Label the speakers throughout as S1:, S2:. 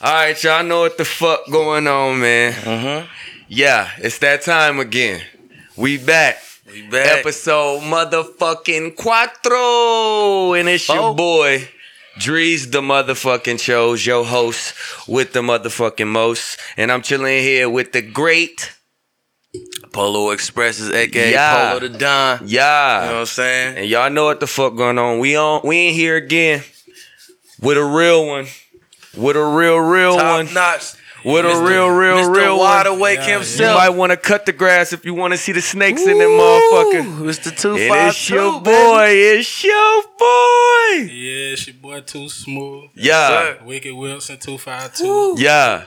S1: All right, y'all know what the fuck going on, man. Mm-hmm. Yeah, it's that time again. We back.
S2: We back.
S1: Episode motherfucking cuatro, and it's your
S2: Four.
S1: boy. Drees the motherfucking shows, your host with the motherfucking most. And I'm chilling here with the great,
S2: Polo Expresses, aka
S1: Yeah.
S2: Polo the Don. You know what
S1: yeah.
S2: I'm saying?
S1: And y'all know what the fuck going on. We on we in here again with a real one. With a real, real
S2: Top
S1: one.
S2: notch.
S1: With a
S2: Mr.
S1: real, real,
S2: Mr.
S1: real
S2: wide
S1: one.
S2: awake
S1: You
S2: himself.
S1: might want to cut the grass if you want to see the snakes in them motherfucker.
S2: Ooh, it's the two
S1: And
S2: five
S1: it's your
S2: two,
S1: boy.
S2: baby.
S1: It's your boy.
S3: Yeah, it's your boy Too Smooth.
S1: Yeah.
S2: sir.
S3: Wicked Wilson 252.
S1: Yeah.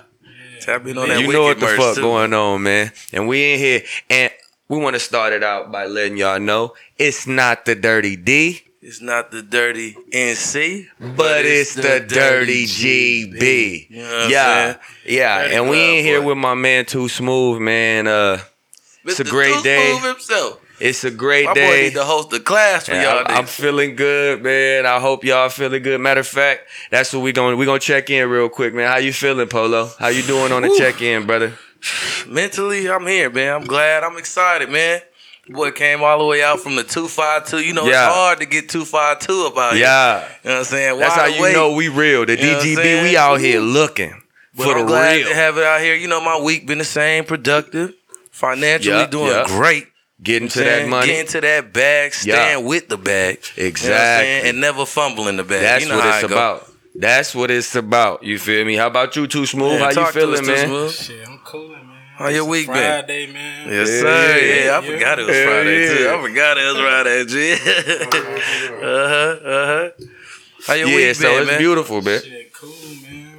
S2: Tap in on that
S1: You know what
S2: wicked
S1: the
S2: merch,
S1: fuck
S2: too.
S1: going on, man. And we in here. And we want to start it out by letting y'all know it's not the dirty D,
S2: It's not the dirty NC,
S1: but it's the dirty GB.
S2: You know what I'm
S1: Yeah.
S2: saying?
S1: Yeah.
S2: Dirty
S1: And we
S2: club
S1: in here
S2: boy.
S1: with my man Too Smooth, man. Uh It's a great
S2: Tooth
S1: day.
S2: Move himself.
S1: it's a great
S2: My boy
S1: day.
S2: need to host a class for
S1: And
S2: y'all.
S1: I, am
S2: niggas.
S1: feeling good, man. I hope y'all feeling good. Matter of fact, that's what we going we gonna check in real quick, man. How you feeling, Polo? How you doing on the check in, brother?
S2: Mentally, I'm here, man. I'm glad. I'm excited, man. Boy came all the way out from the 252. You know,
S1: Yeah.
S2: it's hard to get 252 about here.
S1: Yeah,
S2: You know what I'm saying?
S1: that's how
S2: Oh, Wide
S1: you
S2: awake.
S1: know we real. The
S2: You know what I'm
S1: DGB,
S2: saying?
S1: we out here looking
S2: But
S1: for
S2: I'm
S1: the
S2: glad
S1: real,
S2: to have it out here. You know, my week been the same, productive, financially
S1: Yeah,
S2: doing
S1: yeah.
S2: great.
S1: getting to
S2: Saying,
S1: that money.
S2: Getting to that bag, staying with the bag. You know what I'm saying?
S1: Exactly.
S2: and never fumbling the bag.
S1: that's
S2: you know
S1: what
S2: how
S1: it's
S2: I go.
S1: about. That's what it's about. You feel me? How about you, Too Smooth?
S2: Yeah,
S1: how you
S2: talk to us,
S1: feeling,
S2: Too
S1: man?
S2: Smooth.
S3: Shit, I'm coolin', man.
S2: How your
S3: It's
S2: week been?
S3: Friday, man.
S2: Yes,
S1: Yeah,
S2: sir. Yeah, I
S3: yeah.
S2: forgot it was
S1: Yeah,
S2: Friday too.
S1: yeah.
S2: I forgot it was Friday, G. uh huh, uh huh. How your
S1: Yeah,
S2: week
S1: so
S2: been,
S1: it's
S2: man?
S1: beautiful, man.
S3: Shit, cool, man.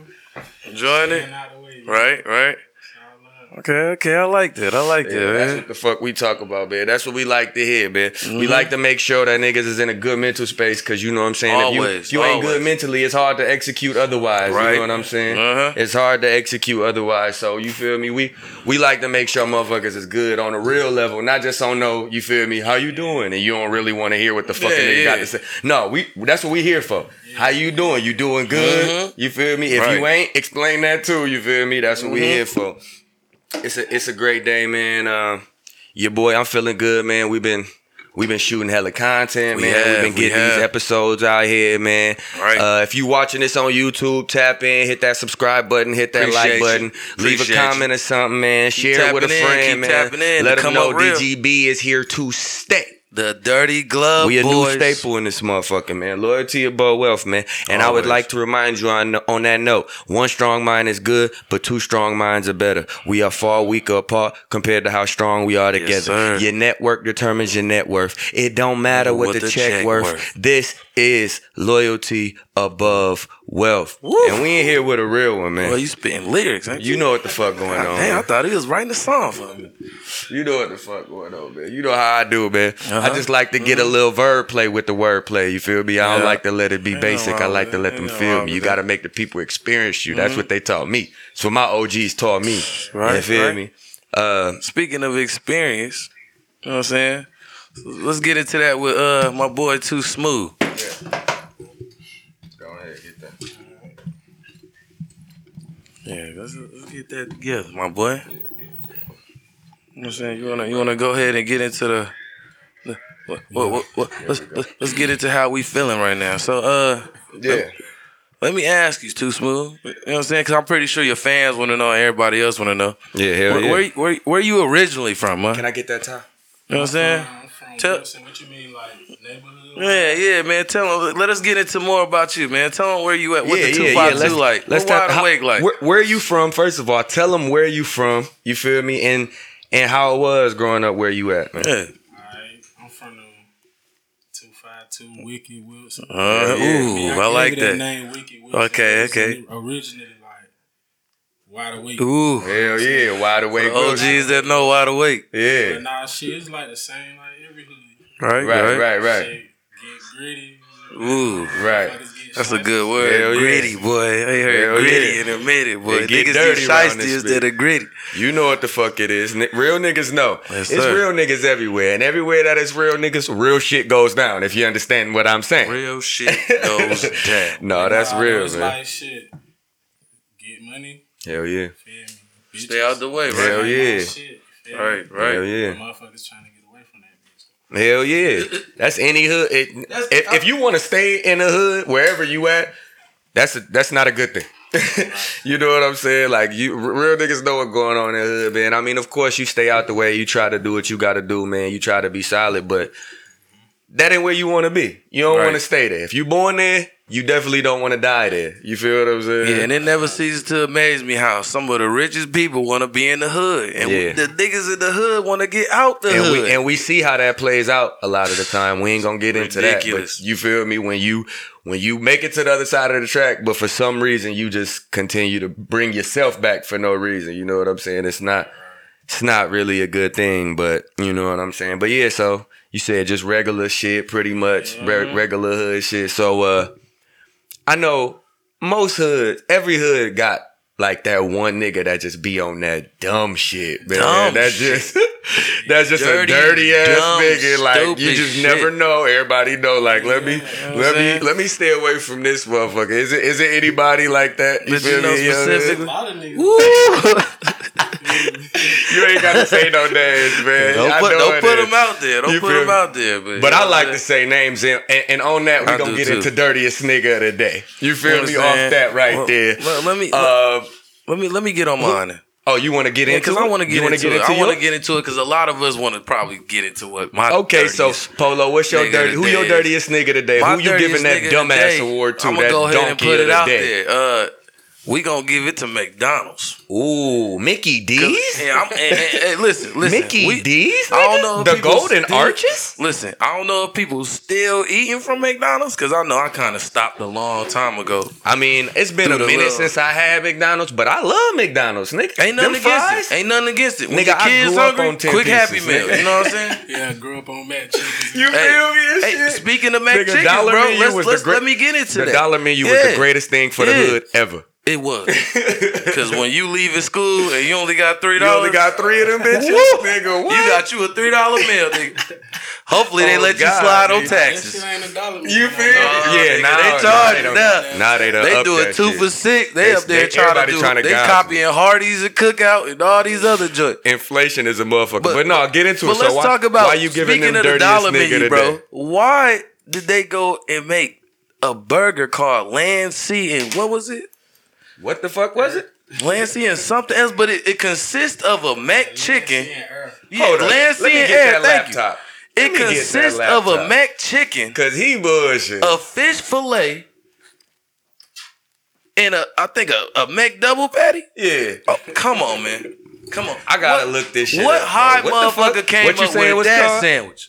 S2: Enjoying
S3: Getting
S2: it,
S3: out the way.
S2: right? Right.
S3: Y'all love
S2: Okay, okay. I like that. I like
S1: Yeah, that's what the fuck we talk about, man. That's what we like to hear, man. We
S2: Mm-hmm.
S1: like to make sure that niggas is in a good mental space because you know what I'm saying. if you,
S2: Always,
S1: if you ain't good
S2: always.
S1: mentally, it's hard to execute otherwise. You
S2: Right.
S1: know what I'm saying?
S2: Uh-huh.
S1: It's hard to execute otherwise. So you feel me? We we like to make sure motherfuckers is good on a real level, not just on no. You feel me? How you doing? And you don't really want to hear what the fucking
S2: Yeah,
S1: nigga got
S2: yeah.
S1: to say. No, we that's what we here for. How you doing? You doing good?
S2: Mhm.
S1: You feel me? If you
S2: Right. Mm-hmm.
S1: ain't, explain that too. You feel me? That's what we here for. It's a it's a great day, man. Um, your boy, I'm feeling good, man. We've been we've been shooting hella content,
S2: We
S1: man.
S2: have,
S1: We've been
S2: we
S1: getting these
S2: have.
S1: episodes out here, man.
S2: Right.
S1: Uh, if you watching this on YouTube, tap in, hit that subscribe button, hit that like
S2: Appreciate you.
S1: button, leave a
S2: Appreciate you.
S1: comment or something, man. Share it with a
S2: tapping in,
S1: friend,
S2: keep
S1: man.
S2: tapping in,
S1: Let them
S2: come
S1: know
S2: up real.
S1: DGB is here to stay.
S2: The Dirty Glove
S1: We a
S2: Boys.
S1: new staple in this motherfucker, man. Loyalty above wealth, man. And I would
S2: Always.
S1: like to remind you on, on that note: one strong mind is good, but two strong minds are better. We are far weaker apart compared to how strong we are together.
S2: sir.
S1: your network determines your net worth. It don't matter what, the, check, worth. This is loyalty above wealth.
S2: Woo.
S1: And we in here with a real one, man.
S2: Well, you spitting lyrics, ain't
S1: you know what the fuck going on.
S2: Damn, I
S1: man.
S2: thought he was writing a song for me.
S1: You know what the fuck going on, man. You know how I do, man. I
S2: Uh-huh.
S1: just like to get a little verb play with the word play. You feel me? I don't
S2: Yeah.
S1: like to let it be
S2: nothing
S1: basic. I
S2: wrong
S1: like
S2: with
S1: to
S2: it.
S1: let
S2: Ain't
S1: them
S2: nothing
S1: feel
S2: wrong
S1: me.
S2: with
S1: You
S2: it. Mm-hmm.
S1: got to make the people experience you. That's what they taught me. That's what my OGs taught me. You
S2: Right,
S1: feel
S2: right.
S1: me? Uh,
S2: Speaking of experience, you know what I'm saying? Let's get into that with uh my boy Too Smooth.
S1: Go ahead, get that.
S2: Yeah, let's, let's get that together, my boy. You know what I'm saying? You wanna you wanna go ahead and get into the, the what, what, what, what- let's, let's let's get into how we feeling right now. So uh
S1: Yeah.
S2: let me ask you, Too Smooth. You know what I'm saying? Cause I'm pretty sure your fans wanna know and everybody else wanna know.
S1: Yeah, hell
S2: Where,
S1: yeah.
S2: where, where, where you originally from, huh?
S1: Can I get that time?
S2: You know what I'm saying?
S3: I'm from
S2: Tell-
S3: Wilson. What you mean, like, neighborhood?
S2: Yeah, yeah, man. Tell them. Let us get into more about you, man. Tell them where you at. What the two five two like? what
S1: tap-
S2: wide
S1: how-
S2: awake like?
S1: Where, where you from? First of all, tell them where you from. You feel me? And and how it was growing up. Where you at, man?
S2: Yeah.
S3: Alright, I'm from the 252 Wicked Wilson.
S2: Uh,
S1: Yeah,
S2: ooh,
S3: mean,
S2: I
S3: gave
S2: like
S3: it
S2: that.
S3: name Wicked Wilson.
S2: Okay,
S3: It's
S2: okay.
S3: Originally, like, wide awake.
S2: Ooh,
S1: Hell yeah, wide awake.
S2: OGs that know wide awake.
S1: Yeah.
S3: But nah, shit, it's like the same, like, every hood.
S2: Right,
S1: Right, right, right,
S3: Shit, get gritty.
S2: Ooh,
S1: right.
S3: Fuckers get
S2: that's a
S3: shot.
S2: good word.
S1: Hell yeah.
S2: gritty boy. I ain't heard
S1: Hell
S2: gritty
S1: yeah.
S2: in a minute, boy.
S1: It get
S2: Niggas
S1: dirty
S2: these
S1: around this
S2: shysties
S1: bitch.
S2: that are gritty.
S1: You know what the fuck it is. Ni- Real niggas know.
S2: Yes,
S1: it's
S2: sir.
S1: real niggas everywhere. And everywhere that is real niggas, real shit goes down, if you understand what I'm saying.
S2: Real shit goes down.
S1: No, Oh, that's
S3: Nah, I know
S1: real,
S3: it's
S1: man.
S3: Like shit. Get get money.
S1: Hell yeah.
S3: Feel me?
S2: Stay out the way, right?
S1: Hell yeah.
S3: Shit, feel me?
S2: Right, right.
S1: Hell yeah.
S3: Motherfuckers trying to get away from that bitch.
S1: Hell yeah. That's any hood. It-
S3: That's-
S1: if, if you want to stay in the hood, wherever you at, that's a, that's not a good thing. you know what I'm saying? Like you r- real niggas know what's going on in the hood, man. I mean, of course you stay out the way, you try to do what you gotta do, man. You try to be solid, but that ain't where you wanna be. You don't
S2: Right.
S1: wanna stay there. If you born there, you definitely don't wanna die there. You feel what I'm saying?
S2: Yeah, and it never ceases to amaze me how some of the richest people want to be in the hood, and
S1: Yeah.
S2: the niggas in the hood want to get out the
S1: and
S2: hood.
S1: we and we see how that plays out a lot of the time. We ain't gonna get into
S2: Ridiculous.
S1: that. But you feel me when you when you make it to the other side of the track, but for some reason you just continue to bring yourself back for no reason. You know what I'm saying? It's not it's not really a good thing, but you know what I'm saying. But yeah, so you said just regular shit, pretty much
S2: Mm-hmm.
S1: re- regular hood shit. So uh, I know most hoods, every hood got like that one nigga that just be on that dumb shit, man.
S2: Dumb
S1: that
S2: shit.
S1: just that's just
S2: Dirty,
S1: a dirty ass
S2: dumb,
S1: nigga. Like you
S2: stupid
S1: just
S2: shit.
S1: never know. Everybody know. Like let me let
S2: what I'm
S1: me
S2: saying?
S1: let me stay away from this motherfucker. Is it is it anybody like that?
S2: But you
S1: feel
S2: know
S1: me? what I'm saying?
S2: specifically-
S3: A lot of niggas.
S1: You ain't gotta say no names, man.
S2: don't
S1: I
S2: put,
S1: know
S2: don't
S1: it
S2: put
S1: is.
S2: them out there. Don't
S1: You
S2: put
S1: feel
S2: them
S1: me?
S2: out there. But,
S1: But
S2: you
S1: I
S2: know
S1: like
S2: what
S1: to say names, and, and, and on that we
S2: I
S1: gonna
S2: do
S1: get
S2: too.
S1: into dirtiest nigga of the day. You
S2: I'm
S1: feel me?
S2: saying?
S1: Off that right
S2: Well,
S1: there.
S2: Let, let me
S1: Uh,
S2: let me let me get on mine.
S1: oh, you want to get into?
S2: Because I
S1: it?
S2: want to get
S1: You wanna
S2: into it. I want to
S1: yours?
S2: get into it because a lot of us want to probably get into what my
S1: Okay, so
S2: dirtiest-
S1: Polo, what's your
S2: nigga
S1: dirty? Who your
S2: today is-
S1: dirtiest nigga today?
S2: my
S1: Who you giving
S2: dirtiest
S1: that
S2: nigga
S1: dumbass
S2: today,
S1: award to?
S2: I'ma
S1: that
S2: go ahead
S1: donkey
S2: and put
S1: of
S2: it
S1: the
S2: out
S1: day.
S2: there. Uh, we gonna give it to McDonald's.
S1: Ooh, Mickey D's.
S2: Yeah, I'm, hey, hey, hey, listen, listen.
S1: Mickey
S2: we-
S1: D's.
S2: I don't
S1: nigga?
S2: know if
S1: the
S2: people
S1: Golden
S2: still-
S1: Arches.
S2: Listen, I don't know if people still eating from McDonald's because I know I kind of stopped a long time ago.
S1: I mean, it's been
S2: Through
S1: a
S2: the
S1: minute
S2: love.
S1: since I had McDonald's, but I love McDonald's, nigga.
S2: Ain't nothing
S1: Them
S2: against
S1: fries?
S2: it. Ain't nothing against it. When
S1: Nigga,
S2: your
S1: I
S2: kids
S1: grew up
S2: hungry,
S1: on 10
S2: quick happy
S1: pieces,
S2: meal.
S1: nigga.
S2: You know what I'm saying?
S3: Yeah, I grew up on Mac Chicken.
S1: You feel me? and
S2: hey,
S1: shit?
S2: speaking of Mac
S1: Nigga,
S2: Chickens,
S1: Dollar
S2: bro,
S1: Menu
S2: let's,
S1: was the
S2: let's,
S1: great-
S2: let me get into
S1: the
S2: that.
S1: dollar menu was
S2: Yeah.
S1: the greatest thing for
S2: Yeah.
S1: the hood ever.
S2: It was. Because when you leaving school and you only got $3,
S1: You only got three of them bitches,
S2: Woo!
S1: nigga. What?
S2: you got you a $3 meal, nigga. Hopefully they
S1: Oh,
S2: let
S1: God,
S2: you slide on
S1: nigga.
S3: That
S2: taxes.
S3: shit ain't a dollar.
S1: You
S3: man.
S1: feel?
S2: Nah,
S1: yeah,
S2: nigga,
S1: nah,
S2: they
S1: nah,
S2: charging
S1: don't-
S2: up.
S1: Nah, they done
S2: They
S1: up
S2: do a
S1: that
S2: two
S1: shit.
S2: for six. They,
S1: They-
S2: up there
S1: they-
S2: trying to
S1: everybody
S2: do.
S1: tryna
S2: they
S1: gouge
S2: copying Hardee's and Cookout and all these other joints.
S1: Inflation is a motherfucker. But,
S2: But-
S1: no, get into
S2: But
S1: it.
S2: let's
S1: so why,
S2: talk about
S1: why you giving
S2: speaking
S1: them
S2: of the
S1: dirtiest
S2: dollar
S1: nigga
S2: menu,
S1: today?
S2: bro. Why did they go and make a burger called Lancy and what was it?
S1: What the fuck was it?
S2: Lancy and something else, but it, it consists of a mac chicken.
S3: Yeah, Earl.
S2: Yeah,
S1: Hold up.
S2: Lancy
S1: Let me
S2: and
S1: get
S2: air.
S1: that
S2: Thank you.
S1: laptop.
S2: It
S1: me get that
S2: consists of a Uh,
S1: laptop.
S2: mac chicken,
S1: Cause he bullshit.
S2: a fish fillet, and a I think a, a mac double patty.
S1: yeah.
S2: Oh, come on, man. Come on.
S1: I gotta look this shit.
S2: What
S1: up, bro.
S2: high
S1: What the
S2: motherfucker
S1: fuck?
S2: came
S1: What you
S2: up
S1: saying
S2: with
S1: was
S2: that
S1: called?
S2: sandwich?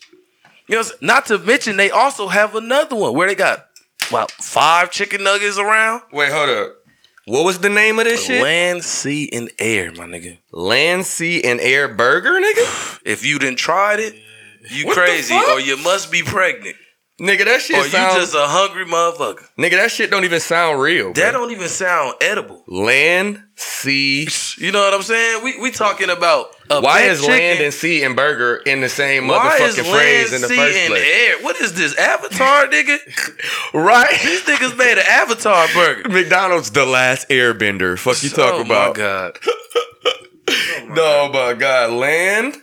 S2: You know, what I'm saying? not to mention they also have another one where they got about five chicken nuggets around.
S1: Wait, hold up. What was the name of this shit?
S2: Land, sea, and air, my nigga.
S1: Land, Sea, and Air Burger, nigga.
S2: If you didn't tried it, you
S1: What the
S2: crazy,
S1: fuck?
S2: or you must be pregnant,
S1: nigga, that
S2: or
S1: shit
S2: Oh, you
S1: sounds.
S2: just a hungry motherfucker.
S1: nigga, that shit don't even sound real.
S2: That
S1: bro.
S2: don't even sound edible.
S1: Land, sea.
S2: You know what I'm saying? We we talking about a
S1: Why
S2: fat
S1: is
S2: chicken.
S1: land and sea and burger in the same
S2: Why is
S1: motherfucking phrase in the
S2: sea,
S1: first
S2: and
S1: place?
S2: air? What is this Avatar, nigga?
S1: Right?
S2: These niggas made an Avatar burger.
S1: McDonald's the last airbender. Fuck you
S2: oh
S1: talk about.
S2: my god.
S1: No, my God. Land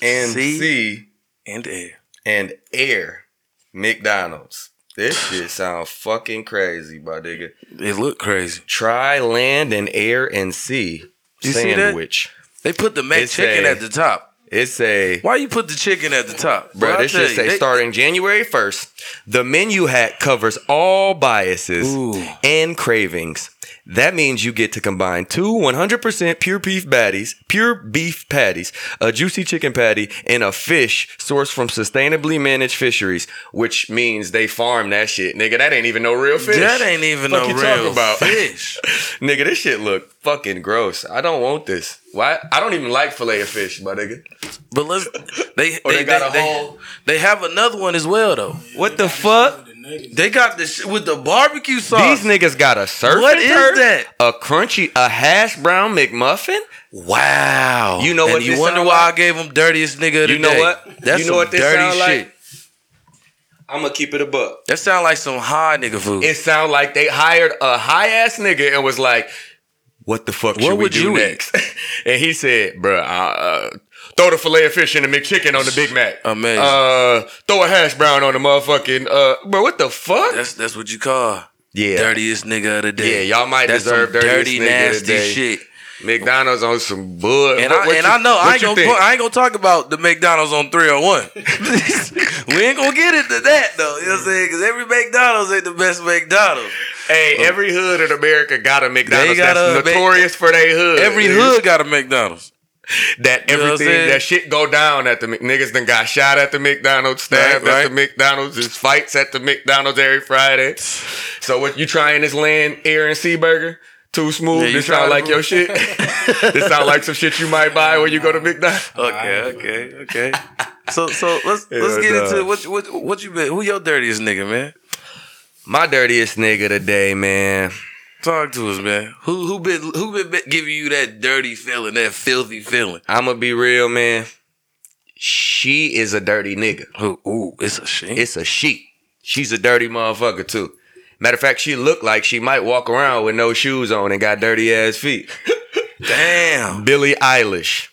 S1: and
S2: Sea.
S1: sea
S2: And air.
S1: and air. McDonald's. This shit sound fucking crazy, my nigga.
S2: It looked crazy.
S1: Try land and air and sea
S2: You see that?
S1: sandwich.
S2: They put the mac
S1: It's
S2: chicken
S1: a-
S2: at the top.
S1: It's a
S2: Why you put the chicken at the top?
S1: Bro,
S2: Well, I
S1: this
S2: tell
S1: should
S2: you,
S1: say
S2: they-
S1: starting January 1st, the menu hack covers all biases
S2: Ooh.
S1: and cravings. That means you get to combine two 100% pure beef patties, pure beef patties, a juicy chicken patty, and a fish sourced from sustainably managed fisheries, which means they farm that shit. Nigga, that ain't even no real fish.
S2: That ain't even
S1: Fuck
S2: no
S1: you talking
S2: real
S1: about?
S2: fish.
S1: Nigga, this shit look fucking gross. I don't want this. Why? I don't even like filet of fish, my nigga.
S2: But let's they
S1: Or Oh, they, got a
S2: they-
S1: whole.
S2: They have another one as well though.
S1: What the fuck?
S3: The nuggets.
S2: They got this with the barbecue sauce.
S1: These niggas got a surf.
S2: What
S1: and
S2: is
S1: turf,
S2: that?
S1: A crunchy, a hash brown McMuffin.
S2: wow.
S1: You know
S2: And
S1: what
S2: You
S1: this
S2: wonder
S1: sound
S2: why
S1: like?
S2: I gave them dirtiest nigga of the
S1: You know
S2: day.
S1: what?
S2: That's
S1: You know
S2: some
S1: what this
S2: dirty
S1: sound like?
S2: shit.
S1: I'm gonna keep it a buck.
S2: That sound like some high nigga food.
S1: It sound like they hired a high ass nigga and was like, what the fuck
S2: What
S1: should we
S2: would
S1: do
S2: you eat?
S1: next? and he said, bruh, uh, uh, throw the filet of fish and the McChicken on the Big Mac.
S2: Amazing.
S1: Uh, throw a hash brown on the motherfucking, uh, bro, what the fuck?
S2: That's that's what you call
S1: yeah.
S2: dirtiest nigga of the day.
S1: Yeah, y'all might
S2: that's
S1: deserve
S2: some
S1: dirtiest
S2: dirty,
S1: nigga of the
S2: nasty
S1: day.
S2: shit.
S1: McDonald's on some bull.
S2: And
S1: What-
S2: I
S1: what
S2: and
S1: you-
S2: I know
S1: what
S2: I ain't
S1: you
S2: gonna
S1: think?
S2: put- I ain't gonna talk about the McDonald's on 301. we ain't gonna get into that though. You know what I'm saying? Because every McDonald's ain't the best McDonald's.
S1: Hey, every hood in America got a McDonald's
S2: got
S1: that's
S2: a Mc-
S1: notorious for their hood.
S2: Every
S1: nigga.
S2: hood got a McDonald's.
S1: that
S2: You know what I'm
S1: everything
S2: saying?
S1: that shit go down at the Mc- niggas. Then got shot at the McDonald's, stabbed at
S2: Right, right.
S1: the McDonald's. There's fights at the McDonald's every Friday. So what you trying this land air and sea burger? Too smooth.
S2: Yeah, you
S1: this sound
S2: trying-
S1: like your shit. this sound like some shit you might buy when you go to McDonald's.
S2: Okay, okay, okay. So so let's let's
S1: Yeah,
S2: get
S1: nah.
S2: into what what what you been? Who your dirtiest nigga, man?
S1: My dirtiest nigga today, man.
S2: Talk to us, man. Who who been who been, been giving you that dirty feeling, that filthy feeling?
S1: I'ma be real, man. She is a dirty nigga.
S2: Who? Ooh, it's a shame.
S1: It's a she. She's a dirty motherfucker too. Matter of fact, she looked like she might walk around with no shoes on and got dirty ass feet.
S2: Damn.
S1: Billie Eilish.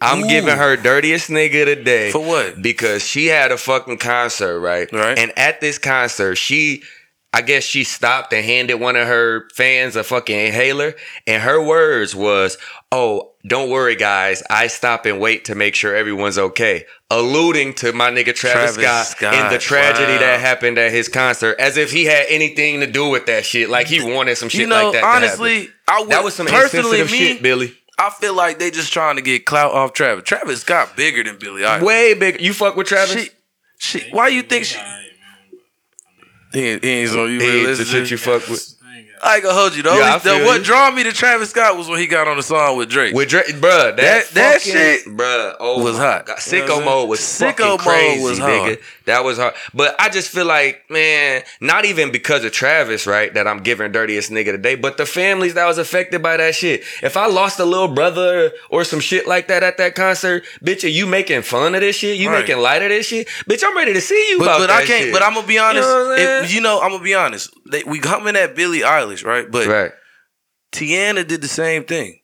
S1: I'm
S2: Ooh.
S1: giving her dirtiest nigga today.
S2: For what?
S1: Because she had a fucking concert, right?
S2: Right.
S1: And at this concert, she I guess she stopped and handed one of her fans a fucking inhaler. And her words was, Oh, don't worry, guys. I stop and wait to make sure everyone's okay. Alluding to my nigga Travis,
S2: Travis
S1: Scott,
S2: Scott.
S1: and the tragedy
S2: Wow.
S1: that happened at his concert, as if he had anything to do with that shit. Like he wanted some shit
S2: You know,
S1: like that. to happen.
S2: honestly, I would,
S1: that was some
S2: personally
S1: personally
S2: me.
S1: shit, Billy.
S2: I feel like they just trying to get clout off Travis. Travis got bigger than Billy Eilish.
S1: Way big. You fuck with Travis?
S2: She, she, why you think she?
S3: I
S2: He ain't, he ain't so you
S1: He
S2: really
S1: is the
S2: listen
S1: shit
S2: to.
S1: you fuck with.
S3: ain't got
S2: I ain't gonna hold you. The
S1: Yeah,
S2: only,
S1: I
S2: the,
S1: feel
S2: what
S1: you.
S2: drawn me to Travis Scott was when he got on the song with Drake.
S1: With Drake, bruh, that
S2: That- that
S1: fucking-
S2: shit
S1: bruh, oh
S2: was
S1: my
S2: hot.
S1: God.
S2: You know what
S1: Sicko
S2: I'm
S1: mode was
S2: saying?
S1: sicko
S2: Sicko
S1: mode
S2: mode
S1: crazy,
S2: was
S1: nigga.
S2: hard.
S1: That was hard. But I just feel like, man, not even because of Travis, right? That I'm giving dirtiest nigga today, but the families that was affected by that shit. If I lost a little brother or some shit like that at that concert, bitch, are you making fun of this shit? You
S2: Right.
S1: making light of this shit, bitch? I'm ready to see you.
S2: but,
S1: about
S2: but
S1: that
S2: I can't.
S1: shit.
S2: But I'm gonna be honest.
S1: You
S2: You
S1: know
S2: know,
S1: what I'm saying?
S2: you know I'm gonna be honest. They, we coming at Billie Eilish, right? But
S1: right.
S2: Tiana did the same thing.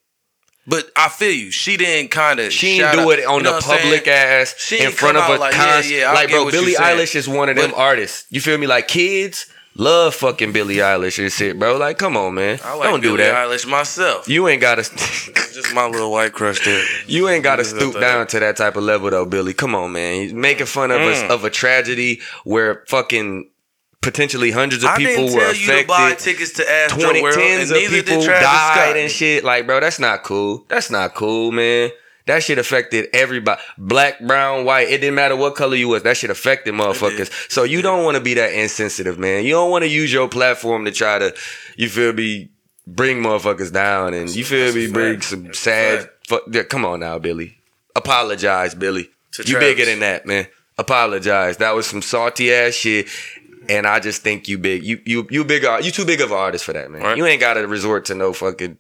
S2: But I feel you. She didn't kind of.
S1: She didn't do it on the public ass
S2: She
S1: in
S2: ain't
S1: front
S2: come
S1: of a
S2: out like, yeah,
S1: concert.
S2: yeah, I
S1: like,
S2: get
S1: bro,
S2: what you
S1: Billie
S2: saying.
S1: Eilish is one of them
S2: But-
S1: artists. You feel me? Like, kids love fucking Billie Eilish and shit, bro. Like, come on, man.
S2: I like
S1: Don't do
S2: Billie
S1: that.
S2: Eilish myself.
S1: You ain't gotta,
S2: Just my little white crush there.
S1: you ain't gotta
S2: This is
S1: stoop
S2: up there.
S1: down to that type of level though, Billy. Come on, man. He's making fun of us
S2: Mm.
S1: of a tragedy where fucking potentially hundreds of
S2: I
S1: people
S2: didn't
S1: were
S2: tell you to buy
S1: affected.
S2: tickets to Astro
S1: Twenty
S2: World, and
S1: tens of
S2: neither
S1: people
S2: did Travis
S1: died
S2: Scott.
S1: and shit. Like, bro, that's not cool. That's not cool, man. That shit affected everybody. Black, brown, white. It didn't matter what color you was. That shit affected motherfuckers. So you don't want to be that insensitive, man. You don't want to use your platform to try to, you feel me, bring motherfuckers down and you feel
S2: That's a
S1: me,
S2: fact.
S1: bring some
S2: That's a
S1: sad.
S2: fact.
S1: Fuck, yeah, come on now, Billy. Apologize, Billy.
S2: To
S1: you
S2: Travis.
S1: bigger than that, man. Apologize. That was some salty ass shit. And I just think you big. You you you big. You too big of an artist for that, man.
S2: Right.
S1: You ain't got to resort to no fucking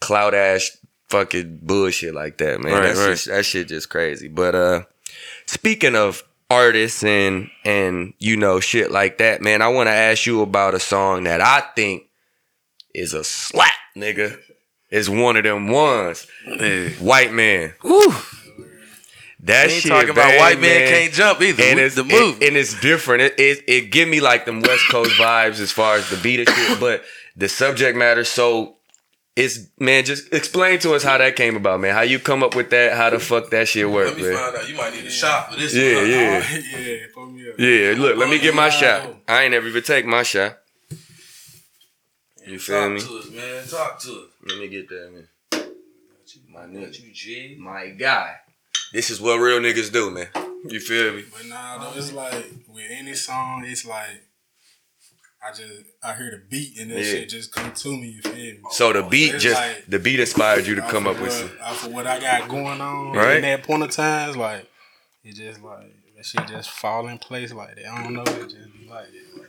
S1: cloud ass fucking bullshit like that, man.
S2: Right,
S1: that,
S2: right.
S1: Shit, that shit just crazy. But uh, speaking of artists and and you know shit like that, man. I want to ask you about a song that I think is a slap, nigga. It's one of them ones.
S2: Yeah.
S1: White man.
S2: Woo.
S1: That
S2: We ain't
S1: shit,
S2: talking about
S1: bad,
S2: white man,
S1: man
S2: can't jump either.
S1: and
S2: We-
S1: it's
S2: the move.
S1: it- and it's different. It, it it give me like them West Coast vibes as far as the beat and shit, but the subject matter. So it's man, just explain to us how that came about, man. How you come up with that? How the fuck that shit worked, man?
S2: out. You might need a shot for this.
S1: Yeah, yeah,
S3: yeah, put me up.
S1: yeah. Look, let me get my
S3: Oh,
S1: shot.
S3: wow.
S1: I ain't ever even take my shot. You feel me?
S2: us, man. Talk to us.
S1: Let me get that, man. My nigga,
S2: You G.
S1: my guy. This is what real niggas do, man. You feel me?
S3: But nah, though, it's like with any song, it's like I just I hear the beat and that
S1: Yeah.
S3: shit just come to me. You feel me?
S1: So the beat
S3: It's
S1: just
S3: like-
S1: the beat inspired you to
S3: Off
S1: come
S3: of
S1: up with
S3: what-
S1: some.
S3: off of what I got going on
S1: Right.
S3: in that point of time. it's Like it just like that shit just fall in place like that. I don't know. It just be like that. Like,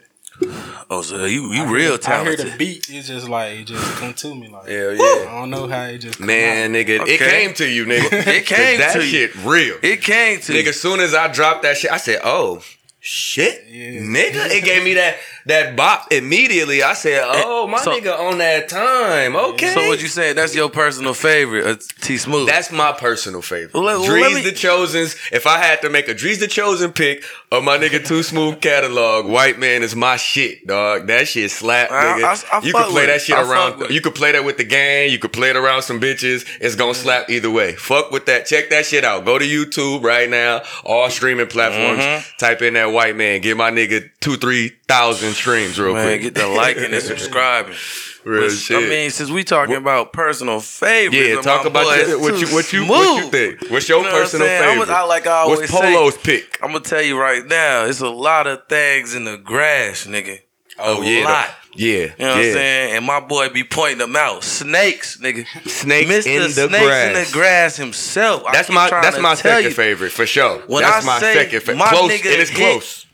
S2: Oh, so you you real
S3: I hear
S2: talented.
S3: the beat. It's just like it just come to me like.
S1: Hell
S3: I
S1: yeah.
S3: don't know how it just come
S1: Man, nigga,
S2: Okay.
S1: it came to you, nigga.
S2: It came
S1: 'Cause that
S2: to you.
S1: shit real.
S2: It came to
S1: nigga, soon as I dropped that shit, I said, oh, shit,
S3: Yeah.
S1: nigga. It gave me that that bop immediately, I said, "Oh, my
S2: Eh, so-
S1: nigga, on that time." Okay.
S2: So what you saying? That's your personal favorite, uh, T Smooth.
S1: That's my personal favorite.
S2: Well, let- well,
S1: Drees
S2: let me-
S1: the Chosen's. If I had to make a Drees the Chosen pick of my nigga Too Smooth catalog, White Man is my shit, dog. That shit slap,
S2: I-
S1: nigga.
S2: I- I
S1: you
S2: fuck
S1: could play that
S2: with it.
S1: shit
S2: I fuck with
S1: around.
S2: it.
S1: You could play that with the gang. You could play it around some bitches. It's gonna slap either way. Fuck with that. Check that shit out. Go to YouTube right now. All streaming platforms.
S2: Mm-hmm.
S1: Type in that White Man. Get my nigga two, three thousand streams real
S2: man,
S1: quick.
S2: get the liking and subscribing.
S1: Real
S2: But,
S1: shit.
S2: I mean, since we talking about personal favorites,
S1: yeah,
S2: of
S1: talk
S2: my
S1: about
S2: boys,
S1: your, what you
S2: Too
S1: what you what you
S2: Smooth.
S1: think. What's your
S2: You know what I'm
S1: personal
S2: saying? I'm
S1: favorite?
S2: a- I like I always
S1: What's
S2: say-
S1: Polo's pick?
S2: I'm gonna tell you right now, it's a lot of things in the grass, nigga.
S1: Oh
S2: a
S1: yeah, the-
S2: lot.
S1: yeah,
S2: You know what I'm
S1: yeah.
S2: saying? And my boy be pointing them out. Snakes, nigga.
S1: Snakes
S2: Mr.
S1: in the
S2: Snakes
S1: grass.
S2: in the grass himself. I
S1: That's
S2: keep
S1: my
S2: trying
S1: that's
S2: to
S1: my
S2: tell
S1: second
S2: you,
S1: favorite for sure.
S2: When
S1: that's
S2: I
S1: my
S2: say
S1: second favorite.
S2: my
S1: Close,
S2: nigga
S1: it is
S2: hit-
S1: close.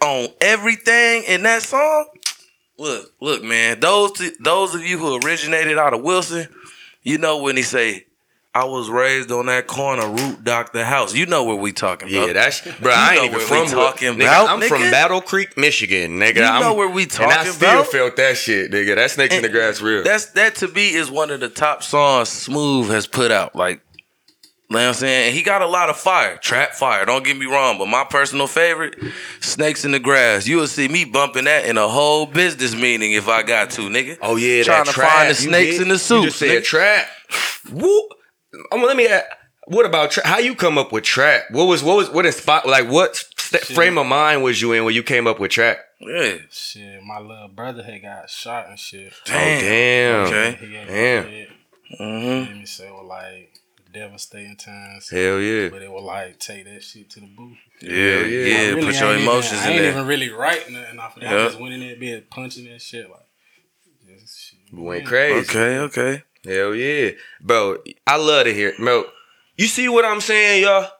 S2: On everything in that song. Look, look, man. Those t- those of you who originated out of Wilson, you know when he say, "I was raised on that corner, root doctor house." You know what we talking about?
S1: Yeah, that's bro.
S2: You
S1: I
S2: know
S1: ain't even
S2: what
S1: from
S2: we talking
S1: nigga,
S2: about,
S1: I'm from
S2: nigga.
S1: Battle Creek, Michigan, nigga.
S2: You
S1: I'm,
S2: know where we
S1: And I
S2: talking
S1: still
S2: about.
S1: felt that shit, nigga. That snake in the
S2: And
S1: grass, real.
S2: That's that to me is one of the top songs Smooth has put out. Like, you know what I'm saying? And he got a lot of fire, trap fire. Don't get me wrong, but my personal favorite, Snakes in the Grass. You will see me bumping that in a whole business meeting if I got to, nigga.
S1: Oh yeah,
S2: trying
S1: that
S2: to
S1: trap.
S2: find the
S1: You
S2: snakes
S1: did-
S2: in the
S1: You
S2: soup.
S1: just said trap. Whoop. Um, let me. Ask, what about trap? How you come up with trap? What was what was what inspired? Like what st- frame of mind was you in when you came up with trap?
S2: yeah.
S3: Shit, my little brother had got shot and shit.
S1: Oh damn.
S2: Okay.
S3: He got
S1: Damn.
S3: hit.
S2: Mm-hmm.
S3: Let me say, well, like devastating times.
S1: Hell yeah.
S3: But it would like take that shit to the booth.
S2: Yeah,
S1: Hell yeah.
S2: yeah.
S3: I really
S2: put your
S3: ain't
S2: emotions
S3: even, I
S2: in
S3: ain't
S2: there.
S3: even really write nothing off of that.
S2: Yeah.
S3: I just went in there being punching that shit like. just shit.
S1: Went crazy.
S2: okay, okay.
S1: Hell yeah. Bro, I love to hear it. Bro, you see what I'm saying, y'all?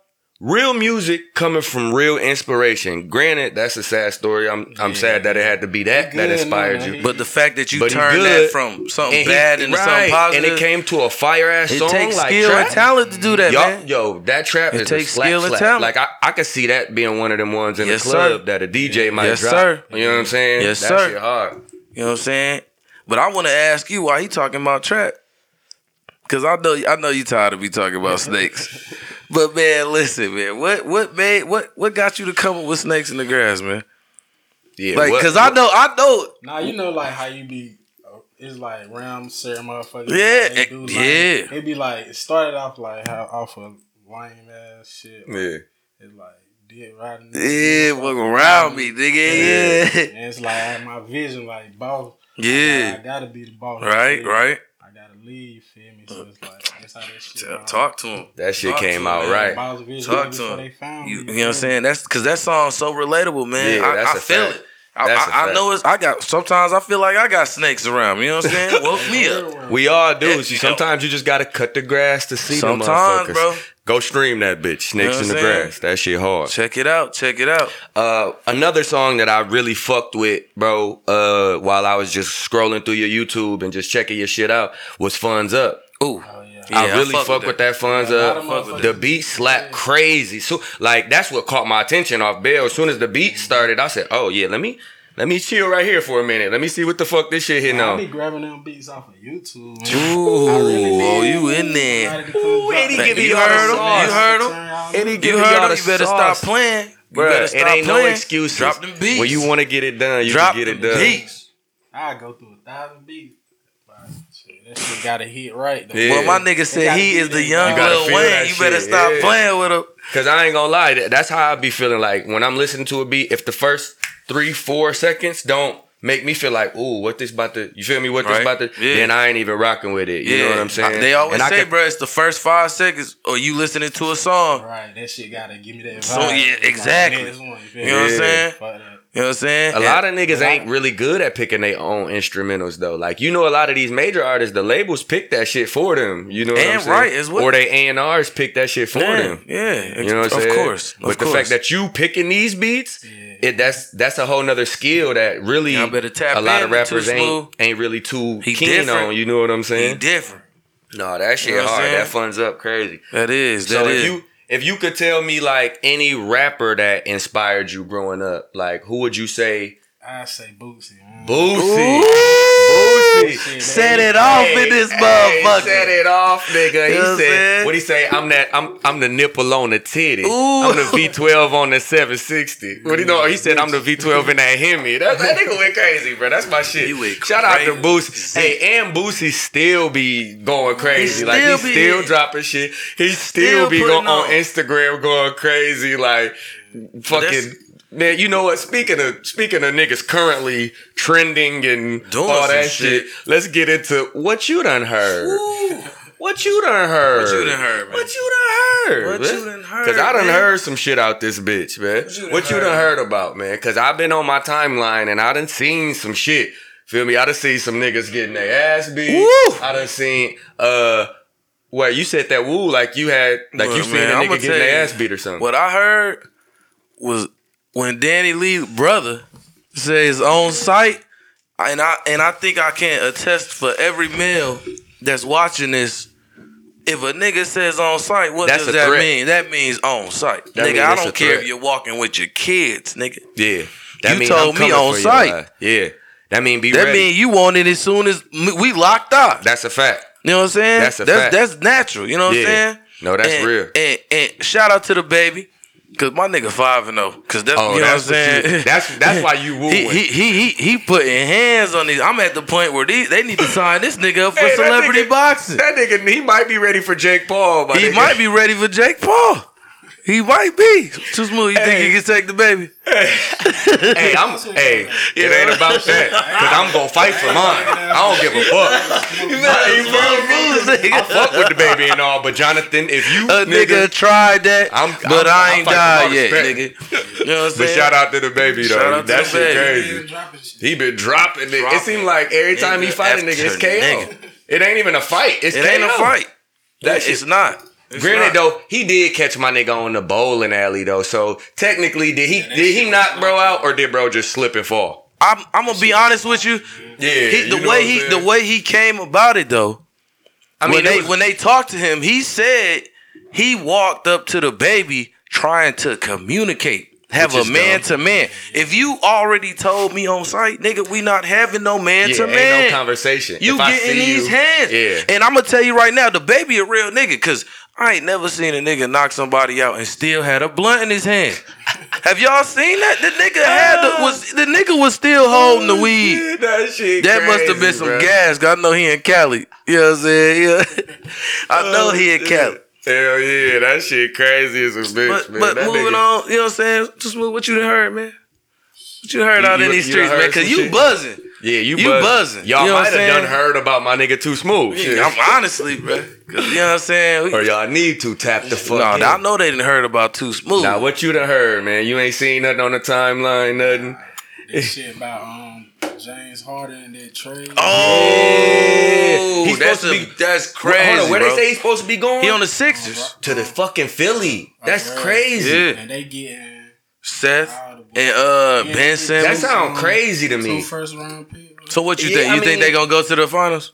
S1: Real music coming from real inspiration. Granted, that's a sad story. I'm I'm sad that it had to be that
S3: He
S1: that
S3: good,
S1: inspired
S3: man.
S1: you.
S2: But the fact that you
S1: But he
S2: turned
S1: good.
S2: that from something
S1: And he-
S2: bad into
S1: right,
S2: something positive,
S1: And it came to a fire ass
S2: it
S1: song
S2: takes
S1: like
S2: skill
S1: trap.
S2: and talent to do that,
S1: Y'all-
S2: man.
S1: yo, that trap
S2: It
S1: is a
S2: takes
S1: slap,
S2: skill and
S1: slap.
S2: talent.
S1: Like I, I could see that being one of them ones in
S2: Yes,
S1: the
S2: sir.
S1: club that a DJ might
S2: Yes,
S1: drop.
S2: sir.
S1: You know what I'm saying?
S2: Yes,
S1: that
S2: sir.
S1: Shit hard.
S2: You know what I'm saying? But I want to ask you why he talking about trap. Cause I know I know you tired of me talking about snakes. But man, listen, man. What what made what what got you to come up with snakes in the grass, man?
S1: Yeah,
S2: Like,
S1: what-
S2: cause I know I know
S3: Now you know like how you be. uh, It's like round certain motherfuckers.
S2: Yeah, eh,
S3: they do, like,
S2: yeah.
S3: It be like it started off like how off of lame ass shit. Like,
S1: Yeah.
S3: It's like did riding.
S2: yeah, walk around me, nigga. Yeah.
S3: And it's like I had my vision, like boss. I
S2: Yeah.
S3: gotta be the boss.
S2: Right,
S3: Yeah.
S2: right.
S3: I gotta leave. Feel me? So it's like that's how that shit.
S2: Yeah,
S3: roll.
S2: Talk to him.
S1: That shit
S2: Talk to
S1: came
S2: him,
S1: out
S2: man.
S1: right.
S3: Boss vision
S2: Talk
S3: before
S2: to him.
S3: they found
S2: You,
S3: me.
S2: you know what I'm saying? That's because that song's so relatable, man.
S1: Yeah,
S2: I,
S1: that's
S2: I
S1: a
S2: feel
S1: fact.
S2: it. I,
S1: That's a
S2: I, I
S1: fact.
S2: know it's. I got sometimes I feel like I got snakes around. me, You know what I'm saying? Woke me up.
S1: We all do.
S2: Yeah,
S1: See,
S2: you know.
S1: sometimes you just gotta cut the grass to see the
S2: Sometimes,
S1: motherfuckers.
S2: bro.
S1: Go stream that bitch. Snakes
S2: You know
S1: in the
S2: what I'm saying?
S1: grass. That shit hard.
S2: Check it out. Check it out.
S1: Uh, another song that I really fucked with, bro, uh, while I was just scrolling through your YouTube and just checking your shit out was Funds Up.
S2: Ooh.
S3: Oh, yeah.
S1: I really fuck, with that Funds
S3: Yeah, a lot of
S1: Up.
S3: motherfuckers-
S1: The beat slapped crazy. So like that's what caught my attention off Bell. As soon as the
S2: Mm-hmm.
S1: beat started, I said, "Oh yeah, let me let me chill right here for a minute. Let me see what the fuck this shit hitting
S3: I
S1: on."
S3: be grabbing them beats off of YouTube. Man.
S2: Ooh,
S3: I really be-
S2: oh, you in there.
S1: Ooh, and he give
S2: You
S1: you, all
S2: heard
S1: the
S2: him?
S1: sauce.
S2: You heard him?
S1: And he
S3: Any
S1: give
S2: You heard
S1: y'all
S2: him.
S1: the
S2: You better
S1: sauce.
S2: stop playing. You
S1: Bruh,
S2: better stop
S1: it ain't
S2: playing.
S1: no excuses.
S2: Drop them beats.
S1: When you want to get it done, you
S2: Drop
S1: can get it
S2: them
S1: done.
S2: beats.
S3: I go through a thousand beats. But shit, That shit got to hit right. Though.
S1: Yeah.
S2: Well, my nigga said
S3: gotta
S2: he
S3: be
S2: is the
S3: that
S2: young
S3: You gotta
S2: Lil
S1: feel that
S2: Wayne. You better
S1: shit,
S2: stop
S1: yeah.
S2: playing with him.
S1: Cause I ain't gonna lie, that- that's how I be feeling. Like when I'm listening to a beat, if the first three, four seconds don't make me feel like, ooh, what this about to, you feel me? What this
S2: Right.
S1: about to?
S2: Yeah.
S1: Then I ain't even rocking with it. You know what I'm saying?
S2: They always
S1: And I
S2: say,
S1: can-
S2: bro, it's the first five seconds or you listening to a song.
S3: Right, that shit got to give me that vibe.
S2: So, yeah,
S3: Like,
S2: exactly.
S3: next one, feel
S2: You know what
S1: Yeah.
S2: I'm
S3: me?
S2: saying?
S3: Fuck that.
S2: You know what I'm saying?
S1: A lot of niggas
S3: Yeah.
S1: ain't really good at picking their own instrumentals though. Like you know, a lot of these major artists, the labels pick that shit for them. You know what
S2: And
S1: I'm
S2: right,
S1: saying?
S2: it's what-
S1: or they A and R's pick that shit for
S2: yeah,
S1: them.
S2: Yeah,
S1: You know what I'm
S2: of
S1: saying?
S2: course. Of
S1: But the
S2: course.
S1: fact that you picking these beats,
S3: Yeah.
S1: it that's that's a whole nother skill that really
S2: Y'all better tap
S1: a lot
S2: in
S1: of
S2: to
S1: rappers
S2: Smooth.
S1: ain't, ain't really too
S2: He
S1: keen
S2: different.
S1: on. You know what I'm
S2: he
S1: saying?
S2: different.
S1: no, that shit
S2: You know what I'm
S1: hard.
S2: saying?
S1: That funds up crazy.
S2: That is. That
S1: So
S2: is.
S1: if you if you could tell me like any rapper that inspired you growing up, like who would you say
S3: I say Bootsy, man.
S1: Boosie. Boosie.
S2: Set it off in this motherfucker.
S1: Set it off, nigga. He
S2: You know what I'm
S1: said,
S2: saying?
S1: "What he say? I'm that. I'm I'm the nipple on the titty.
S2: Ooh.
S1: I'm the V12 on the 760. What he know? He said I'm the V12 in that Hemi. That, that nigga went crazy, bro. That's my shit.
S2: He went
S1: Shout out to
S2: crazy.
S1: Boosie. Hey, and Boosie still be going crazy.
S2: He
S1: like he
S2: still be-
S1: still dropping shit. He still,
S2: Still
S1: be going
S2: putting
S1: on
S2: on.
S1: Instagram going crazy. Like
S2: that's-
S1: fucking. Man, you know what? Speaking of speaking of niggas currently trending and
S2: Doing
S1: all
S2: some
S1: that shit,
S2: shit.
S1: let's get into what you done heard. What you done heard?
S2: What you done heard, man?
S1: What you done heard?
S2: What you done heard,
S1: Cause I done
S2: man?
S1: heard some shit out this bitch, man. What you done, heard? about, man? Cause I've been on my timeline and I done seen some shit. Feel me? I done seen some niggas getting their ass beat.
S2: Woo!
S1: I done seen uh. Wait, you said that woo like you had like you
S2: Look,
S1: seen
S2: man,
S1: a
S2: I'ma
S1: nigga getting
S2: tell you
S1: their ass beat or something.
S2: What I heard was when Danny Lee's brother said his own site, and I and I think I can attest for every male that's watching this. If a nigga says on site, what
S1: That's a
S2: does that
S1: threat.
S2: mean? That means on site,
S1: That mean
S2: nigga. I
S1: it's a
S2: don't care
S1: threat.
S2: if you're walking with your kids, nigga.
S1: Yeah. That
S2: You
S1: mean
S2: told
S1: I'm
S2: me
S1: coming
S2: on
S1: for you,
S2: site.
S1: like, Yeah. That mean be
S2: That
S1: ready.
S2: mean you want it as soon as m- we locked up.
S1: That's a fact.
S2: You know what I'm saying?
S1: That's a
S2: that's,
S1: fact.
S2: that's natural. You know what
S1: Yeah.
S2: I'm saying?
S1: No, that's
S2: And-
S1: real.
S2: And, and shout out to the baby, cause my nigga five and zero. Cause that's
S1: Oh,
S2: you know
S1: that's
S2: what I'm
S1: what you-
S2: saying.
S1: that's- that's why you wooing.
S2: He, he he he he putting hands on these. I'm at the point where these, they need to sign this nigga up for
S1: Hey, that
S2: celebrity
S1: nigga-
S2: boxing.
S1: That nigga, he might be ready for Jake Paul. My
S2: He
S1: nigga.
S2: might be ready for Jake Paul. He might be. Too smooth. You
S1: Hey.
S2: think he can take the baby?
S1: Hey, I'm. hey, it ain't about that. Cause I'm gonna fight for mine. I don't give a fuck. I fuck with the baby and all, but Jonathan, if you
S2: A nigga tried that,
S1: I'm- I'm-
S2: but
S1: I'm
S2: I ain't
S1: fighting
S2: died
S1: my
S2: yet,
S1: respect.
S2: nigga. You know what I'm
S1: but
S2: saying?
S1: shout out to the baby though.
S2: Shout out to
S1: that
S2: the
S1: shit
S2: baby.
S1: crazy.
S3: dropping shit.
S1: He been dropping it. It
S2: Dropping.
S1: seemed like every time he
S2: Nigga
S1: fight a nigga, it's
S2: after
S1: KO.
S2: nigga.
S1: It ain't even a fight. It's
S2: It ain't a
S1: KO.
S2: fight.
S1: That shit
S2: It's not. It's
S1: Granted,
S2: not.
S1: though, he did catch my nigga on the bowling alley, though. So technically, did he did he knock bro out, or did bro just slip and fall?
S2: I'm I'm gonna be honest with you.
S1: Yeah,
S2: He, the
S1: you know
S2: way
S1: what
S2: he
S1: I'm
S2: the
S1: saying?
S2: way he came about it though.
S1: I mean,
S2: when they
S1: it was-
S2: when they talked to him, he said he walked up to the baby trying to communicate. Have
S1: Which
S2: a
S1: is
S2: man to man. If you already told me on site, nigga, we not having no man
S1: yeah,
S2: to
S1: ain't
S2: man.
S1: no conversation.
S2: You
S1: If I
S2: getting
S1: see
S2: these
S1: you-
S2: hands.
S1: Yeah,
S2: And I'm gonna tell you right now, the baby a real nigga, cause I ain't never seen a nigga knock somebody out and still had a blunt in his hand. Have y'all seen that? The nigga had the was the nigga was still holding
S1: Oh,
S2: the weed.
S1: Yeah, that shit.
S2: That must have been
S1: crazy,
S2: some
S1: bruh.
S2: gas. 'cause I know he in Cali. You know what I'm saying? Yeah. I know he
S1: Oh,
S2: in Cali.
S1: Hell yeah, that shit crazy as a bitch,
S2: But
S1: man.
S2: but
S1: That
S2: moving
S1: nigga-
S2: on, you know what I'm saying? Just what, what you done heard, man. What you heard
S1: You-
S2: out
S1: you-
S2: in these
S1: you done
S2: streets, man?
S1: heard
S2: Cause
S1: some
S2: you
S1: shit?
S2: buzzing.
S1: Yeah, you,
S2: you
S1: buzzing.
S2: buzzing.
S1: Y'all
S2: You know what
S1: might
S2: I'm
S1: have done
S2: saying?
S1: heard about my nigga too smooth. shit.
S2: I'm honestly, bro. Cause you know what I'm saying? We-
S1: or y'all need to tap the fuck.
S2: No,
S1: in.
S2: I know they didn't heard about Too Smooth.
S1: Now what you done heard, man? You ain't seen nothing on the timeline, nothing.
S3: This shit about um James Harden and that trade.
S2: oh,
S1: Yeah.
S2: he's
S1: That's
S2: supposed to
S1: be-
S2: be, that's crazy.
S1: Hold on, where
S2: bro.
S1: they say he's supposed to be going?
S2: he on the Sixers?
S1: to the fucking Philly. That's
S3: Alright.
S1: crazy.
S2: Yeah,
S3: And they getting
S2: Seth and uh Ben Simmons.
S1: That sound crazy to
S3: two
S1: me.
S3: first round picks.
S2: so what you
S1: Yeah,
S2: think?
S1: I
S2: You
S1: mean-
S2: think they gonna go to the finals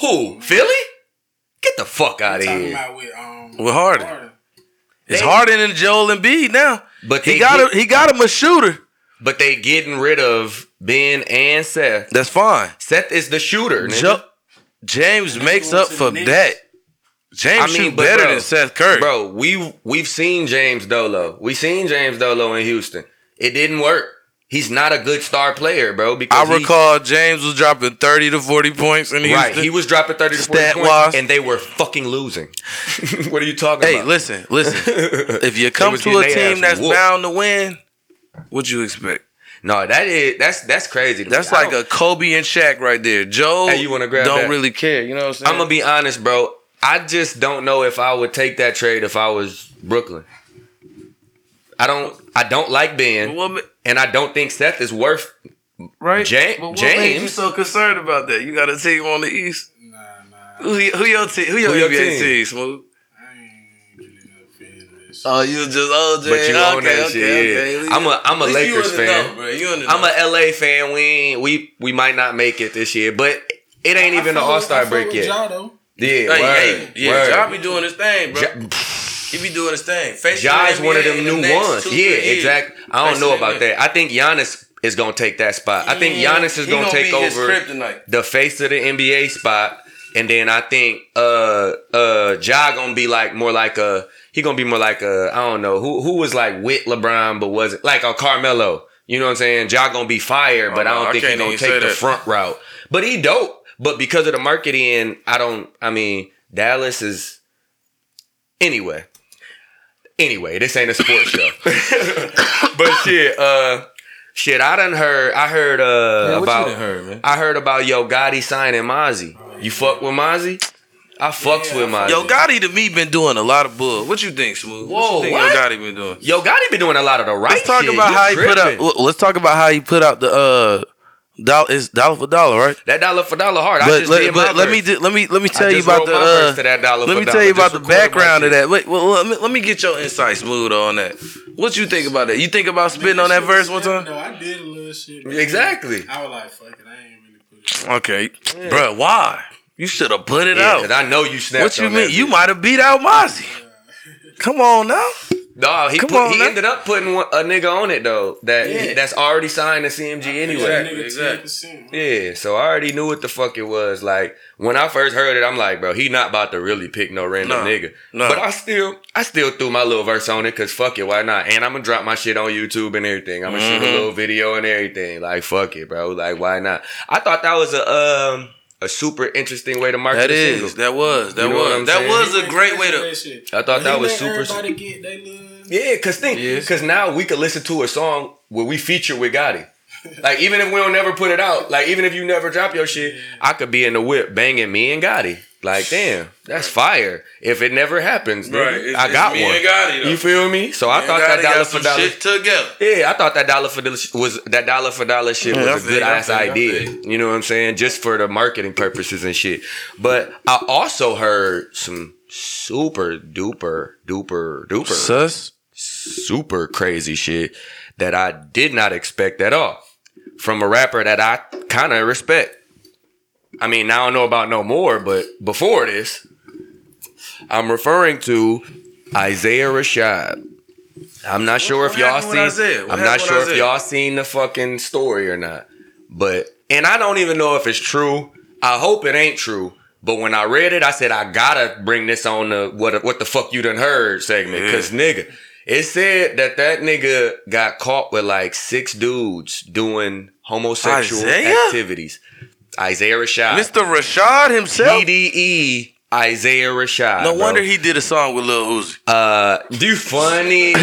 S1: Who? Philly? Get the fuck out of
S3: Talking
S1: here.
S3: about with um
S2: with Harden?
S3: Harden.
S2: It's
S1: They-
S2: Harden and Joel Embiid now.
S1: But they
S2: He got
S1: get-
S2: him. He got him a shooter.
S1: But they getting rid of Ben and Seth.
S2: That's fine.
S1: Seth is the shooter. Nigga.
S2: Jo- James makes
S3: going
S2: up
S3: to
S2: for
S3: the Knicks.
S2: that. James
S1: I mean,
S2: shoot
S1: but
S2: better
S1: bro,
S2: than Seth Curry.
S1: Bro, we we've seen James Dolo. We seen James Dolo in Houston. It didn't work. He's not a good star player, bro. Because
S2: I
S1: he-
S2: recall James was dropping thirty to forty points in Houston.
S1: right, he was dropping thirty to forty points,
S2: Stat-wise.
S1: and they were fucking losing. what are you talking
S2: Hey,
S1: about?
S2: listen, listen. if you come
S1: was
S2: to a
S1: getting their
S2: team
S1: ass
S2: that's
S1: whooped.
S2: bound to win, what you expect?
S1: no, that is that's that's crazy. to me.
S2: That's
S1: I
S2: like
S1: don't-
S2: a Kobe and Shaq right there. Joe,
S1: Hey, you wanna grab
S2: don't
S1: that?
S2: really care. You know what I'm saying?
S1: I'm gonna be honest, bro. I just don't know if I would take that trade if I was Brooklyn. I don't. I don't like Ben,
S2: what, ma-
S1: and I don't think Seth is worth.
S2: right?
S1: Ja-
S2: but what made you
S1: James.
S2: so concerned about that? You got a team on the East.
S3: Nah, nah.
S2: Who, y- who your team? Who your,
S1: Who your
S2: NBA
S1: team?
S2: team? Smooth.
S3: I ain't really no fan of this.
S2: Oh, you was just oh, James.
S1: But you
S2: okay,
S1: own that
S2: okay,
S1: shit,
S2: Okay.
S1: yeah.
S2: At least-
S1: I'm a- I'm a
S2: at least you
S1: Lakers
S2: in the
S1: fan.
S2: know, bro. You in the
S1: I'm
S2: know.
S1: a LA fan. We ain't- we we might not make it this year, but it ain't even
S3: I
S1: an
S3: fuck with-
S1: All
S3: I
S1: Star
S3: fuck
S1: break
S3: with
S1: yet.
S3: Ja, though.
S1: Yeah,
S2: Hey,
S1: word,
S2: hey, yeah,
S1: word.
S2: Ja be doing his thing, bro.
S1: Ja-
S2: he be doing his thing. Face
S1: Ja's
S2: the
S1: one of
S2: NBA
S1: them
S2: in the
S1: new
S2: next
S1: ones.
S2: two,
S1: Yeah,
S2: three years.
S1: exactly. I don't
S2: Face
S1: know
S2: the
S1: about
S2: NBA.
S1: that. I think Giannis is gonna take that spot. I think Giannis is
S2: Mm-hmm. He
S1: gonna,
S2: gonna
S1: take
S2: be his
S1: over
S2: kryptonite.
S1: the face of the NBA spot, and then I think uh uh Ja gonna be like more like a he gonna be more like a I don't know who who was like with LeBron but wasn't like a Carmelo. You know what I'm saying? Ja gonna be fire, but
S2: Oh,
S1: I don't
S2: I
S1: think he
S2: can't
S1: gonna
S2: even say
S1: take the
S2: that.
S1: front route. But he dope. But because of the marketing, I don't. I mean, Dallas is anyway. Anyway, this ain't a sports show. but shit, uh, shit, I done heard. I heard uh
S2: what you
S1: about.
S2: done heard, man?
S1: I heard about Yo Gotti signing Mozzie. You fuck with Mozzie? I fucks
S3: Yeah,
S1: with
S3: I
S1: Mozzie.
S2: Yo, Gotti to me been doing a lot of bull. What you think, Smooth? What
S1: Whoa,
S2: you think
S1: what?
S2: Yo Gotti been doing?
S1: Yo Gotti been doing a lot of the right.
S2: Let's talk
S1: shit.
S2: about
S1: You
S2: how he put
S1: tripping.
S2: out. well, Let's talk about how he put out the uh, dollar is dollar for dollar, right?
S1: that dollar for dollar hard. I
S2: But
S1: just
S2: let,
S1: did
S2: but
S1: my
S2: let me
S1: verse.
S2: do, let me let me
S1: I
S2: tell you
S1: just
S2: about
S1: wrote
S2: the
S1: my verse
S2: uh,
S1: to that dollar
S2: let
S1: for
S2: me
S1: dollar.
S2: tell you
S1: Just
S2: about the
S1: recorded my
S2: background of
S1: shit.
S2: that. Wait, well, let me, let me get your insight, Smooth, on that. What you think about that? You think about spitting on that verse one time?
S3: No, I did a little shit. but
S1: Exactly.
S3: I was like, fuck it, I ain't really put it.
S2: Okay, Bruh, why? You should have put it
S1: Yeah,
S2: out.
S1: 'cause I know you snapped.
S2: What you
S1: on
S2: mean?
S1: that
S2: You
S1: bitch.
S2: might have beat out Mozzie. Come on now.
S1: No, he
S2: Come
S1: put,
S2: on
S1: he
S2: now.
S1: ended up putting one, a nigga on it though. That
S2: Yeah.
S1: that's already signed to CMG anyway.
S2: Exactly,
S3: Nigga,
S2: exactly.
S3: 10%, man.
S1: Yeah, so I already knew what the fuck it was. Like when I first heard it, I'm like, bro, he not about to really pick no random
S2: No,
S1: nigga.
S2: no.
S1: But I still, I still threw my little verse on it because fuck it, why not? And I'm gonna drop my shit on YouTube and everything. I'm gonna shoot a
S2: Mhm.
S1: little video and everything. Like fuck it, bro. Like why not? I thought that was a um a super interesting way to market
S2: That
S1: a
S2: is.
S1: single.
S2: That was. That
S1: You know what I'm
S2: was. That
S1: saying?
S2: was a great way to.
S1: I thought that was super-
S3: Everybody get they little.
S1: Yeah, cause think,
S2: Yes.
S1: cause now we could listen to a song where we feature with Gotti. Like even if we don't never put it out, like even if you never drop your shit, I could be in the whip banging me and Gotti. Like damn, that's fire. If it never happens, nigga, I got one. you feel me? So I thought that dollar for dollar.
S2: together.
S1: Yeah, I thought that dollar for dollar sh- was that dollar for dollar shit
S2: Yeah, I
S1: was a
S2: feel
S1: good
S2: you, I
S1: ass
S2: feel you, I
S1: idea.
S2: feel
S1: You know what I'm saying? Just for the marketing purposes and shit. But I also heard some super duper duper duper
S2: Sus.
S1: super crazy shit that I did not expect at all from a rapper that I kind of respect. I mean, now I don't know about no more, but before this, I'm referring to Isaiah Rashad. I'm not sure if
S2: what
S1: y'all
S2: happened with
S1: seen.
S2: Isaiah? What
S1: I'm not
S2: happened with
S1: sure if
S2: Isaiah?
S1: y'all seen the fucking story or not, but and I don't even know if it's true. I hope it ain't true. But when I read it, I said I gotta bring this on the what what the fuck you done heard segment
S2: Yeah.
S1: because nigga, it said that that nigga got caught with like six dudes doing homosexual
S2: Isaiah?
S1: activities. Isaiah Rashad,
S2: Mr. Rashad himself.
S1: PDE Isaiah Rashad.
S2: No
S1: bro.
S2: wonder he did a song with Lil Uzi.
S1: Uh, you funny.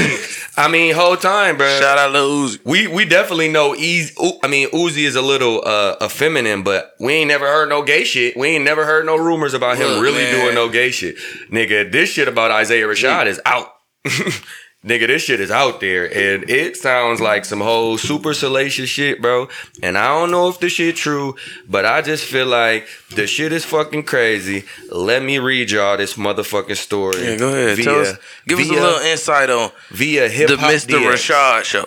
S1: I mean, whole time, bro.
S2: Shout out Lil Uzi.
S1: We we definitely know Easy. I mean, Uzi is a little uh effeminate, but we ain't never heard no gay shit. We ain't never heard no rumors about him
S2: Look,
S1: really
S2: man.
S1: doing no gay shit, nigga. This shit about Isaiah Rashad is out. Nigga, this shit is out there, and it sounds like some whole super salacious shit, bro. And I don't know if this shit true, but I just feel like the shit is fucking crazy. Let me read y'all this motherfucking story.
S2: Yeah, go ahead. Tell us. Give us a
S1: via-
S2: little insight on
S1: via hip
S2: the
S1: hop.
S2: Mr. Rashad show.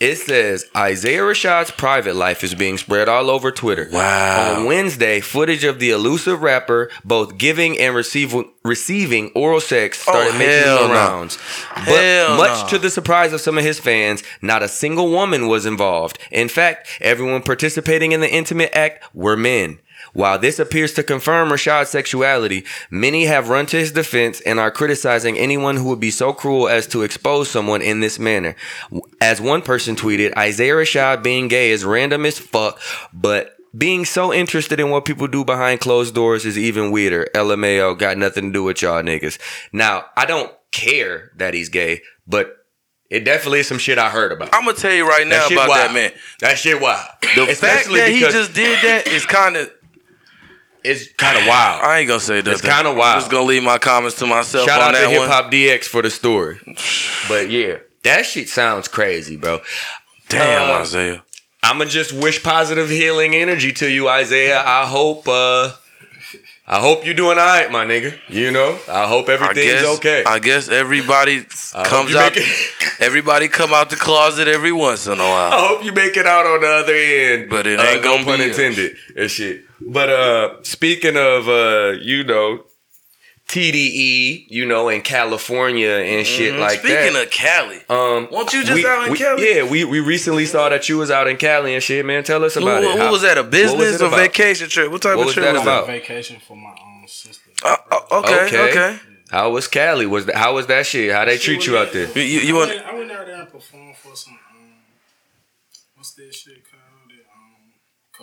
S1: It says Isaiah Rashad's private life is being spread all over Twitter.
S2: Wow.
S1: On Wednesday, footage of the elusive rapper both giving and receiving receiving oral sex started
S2: Oh,
S1: making
S2: hell
S1: the
S2: no.
S1: rounds. But
S2: Hell
S1: much
S2: no.
S1: to the surprise of some of his fans, not a single woman was involved. In fact, everyone participating in the intimate act were men. While this appears to confirm Rashad's sexuality, many have run to his defense and are criticizing anyone who would be so cruel as to expose someone in this manner. As one person tweeted, Isaiah Rashad being gay is random as fuck, but being so interested in what people do behind closed doors is even weirder. LMAO got nothing to do with y'all niggas. Now, I don't care that he's gay, but it definitely is some shit I heard about.
S2: I'm gonna tell you right now
S1: shit
S2: about
S1: wild.
S2: that man.
S1: That shit wild.
S2: The fact that he
S1: because
S2: just did that is kind of
S1: it's kind of wild.
S2: I ain't gonna say that.
S1: It's kinda
S2: I'm
S1: wild.
S2: just gonna leave my comments to myself
S1: Shout
S2: on
S1: out to
S2: that
S1: Hip
S2: one.
S1: Hop DX for the story. But yeah, that shit sounds crazy, bro.
S2: Damn,
S1: Uh,
S2: Isaiah.
S1: I'ma just wish positive healing energy to you, Isaiah. I hope uh I hope you're doing all right, my nigga. You know, I hope
S2: I
S1: everything's
S2: guess
S1: okay.
S2: I guess everybody
S1: hope
S2: comes
S1: you
S2: out.
S1: make
S2: everybody come out the closet every once in a while.
S1: I hope you make it out on the other end.
S2: But it
S1: Uh,
S2: ain't
S1: no
S2: gonna
S1: pun
S2: be us.
S1: intended and shit. But uh speaking of uh, you know, TDE, you know, in California and shit like that.
S2: Mm-hmm. Speaking of Cali,
S1: Um,
S2: Weren't you just out in Cali?
S1: Yeah, we, we recently saw that you was out in Cali and shit, man. Tell us
S2: who,
S1: about it.
S2: who
S1: How-
S2: was that? A
S1: what
S2: business
S1: it
S2: or
S1: about?
S2: vacation trip? What type
S1: What
S2: of
S1: was
S2: trip
S1: that
S2: was
S3: I was
S1: about?
S2: that?
S3: on vacation for my own sister.
S2: Oh, oh, okay, okay.
S1: Okay. How was Cali? Was that, how was that shit? How they treat you out there?
S2: You, you, you
S3: I
S2: want?
S3: went, I went out there and performed for some. Um, what's that shit called? That, um,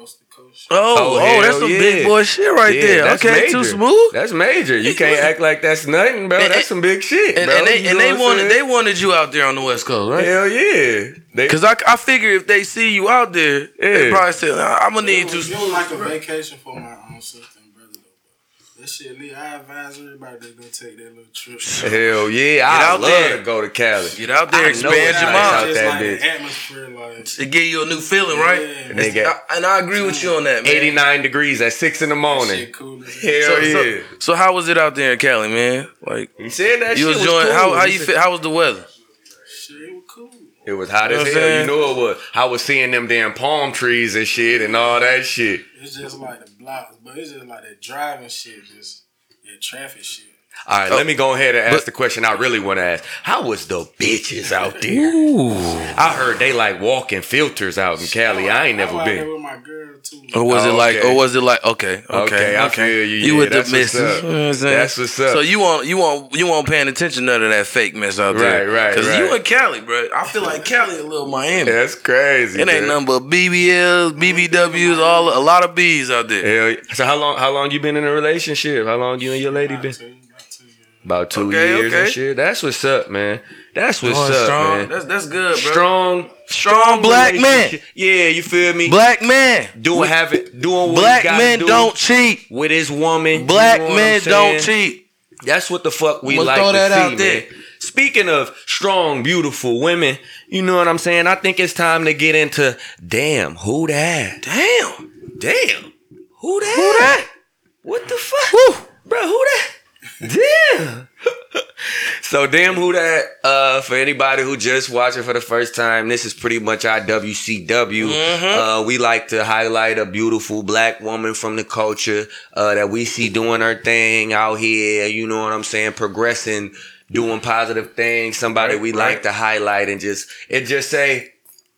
S3: coast to coast. shit.
S2: Oh, oh,
S1: hell
S2: that's some
S1: yeah.
S2: big boy shit right
S1: Yeah,
S2: there.
S1: that's
S2: Okay, too
S1: major.
S2: smooth.
S1: That's major. You can't act like that's nothing, bro.
S2: And-
S1: That's some big shit,
S2: And,
S1: bro.
S2: and
S1: You
S2: they
S1: know
S2: and they
S1: what I'm
S2: wanted they
S1: saying?
S2: wanted you out there on the West Coast, right?
S1: Hell yeah. They,
S2: Cause I, I figure if they see you out there, they
S1: Yeah.
S2: probably say, "Nah, I'm gonna need
S3: It was, it
S2: to.
S3: was like a vacation for my own sister and brother though. But that shit, Lee, I advise everybody to go take that little trip.
S1: hell yeah. I
S2: out
S1: love
S2: there.
S1: to go to Cali.
S2: Get out there,
S1: I know
S2: expand
S1: it's
S2: your
S1: nice
S2: mind.
S1: out
S3: Just
S1: that
S3: like
S1: bitch.
S3: the atmosphere, like
S2: to give you a new feeling, right?
S3: Yeah.
S2: And, it's-
S1: Nigga.
S2: I, and I agree with you on that, man.
S1: 89 degrees at 6 in the morning.
S3: shit cool. as hell.
S1: Hell
S2: So, so-
S1: yeah.
S2: so how was it out there in Cali, man? Like
S1: He said that
S2: you
S1: shit
S2: was
S1: was
S2: doing
S1: cool.
S2: how how
S1: He
S2: you
S1: said-
S2: feel, how was the weather?
S3: Shit, it was cool.
S1: It was hot
S2: You know
S1: as
S2: what I'm
S1: hell.
S2: saying?
S1: You know it was. I was seeing them damn palm trees and shit and all that shit.
S3: It's just like the blocks, but it's just like that driving shit, just that traffic shit.
S1: All right,
S2: Oh.
S1: let me go ahead and ask the question I really want to ask. How was the bitches out there? I heard they like walking filters out in Cali. I ain't
S3: I'm
S1: never
S3: out there
S1: been.
S3: With my girl too.
S2: Or was it
S1: Oh,
S2: like
S1: okay.
S2: or was it like okay, okay,
S1: Okay, I feel you.
S2: You
S1: Yeah,
S2: with the
S1: that's what's
S2: misses.
S1: up.
S2: You know what I'm saying?
S1: That's what's up.
S2: So you won't you won't you won't paying attention to none of that fake mess out there.
S1: Right, right,
S2: Cause you
S1: right.
S2: in Cali, bro. I feel like Cali a little Miami.
S1: That's crazy.
S2: It ain't
S1: man.
S2: nothing but BBLs, BBWs, all a lot of B's out there.
S1: Hell, yeah. so how long? How long you been in a relationship? How long you and your lady
S3: Not
S1: been?
S3: too, not too good.
S1: About two
S2: Okay,
S1: years
S2: okay.
S1: and shit. That's what's up, man. That's what's
S2: Going
S1: up,
S2: strong.
S1: man.
S2: That's that's good, bro.
S1: Strong,
S2: Strong black man.
S1: relationship. Yeah, you feel me?
S2: Black man.
S1: doing have it, doing what
S2: Black
S1: he gotta
S2: men
S1: do
S2: don't cheat.
S1: with his woman. you
S2: Black
S1: know what I'm
S2: men don't
S1: saying?
S2: cheat.
S1: That's what the fuck we
S2: I'ma
S1: like
S2: throw
S1: to
S2: that
S1: see,
S2: out
S1: man.
S2: there.
S1: Speaking of strong, beautiful women, you know what I'm saying? I think it's time to get into damn who that?
S2: Damn.
S1: Damn who that?
S2: Who that?
S1: What the fuck, Woo. bro? Who that? Damn. so damn who that? Uh, for anybody who just watching for the first time, this is pretty much our WCW.
S2: Mm-hmm.
S1: Uh, we like to highlight a beautiful black woman from the culture uh, that we see doing her thing out here. You know what I'm saying? Progressing, doing positive things. Somebody we like to highlight and just it just say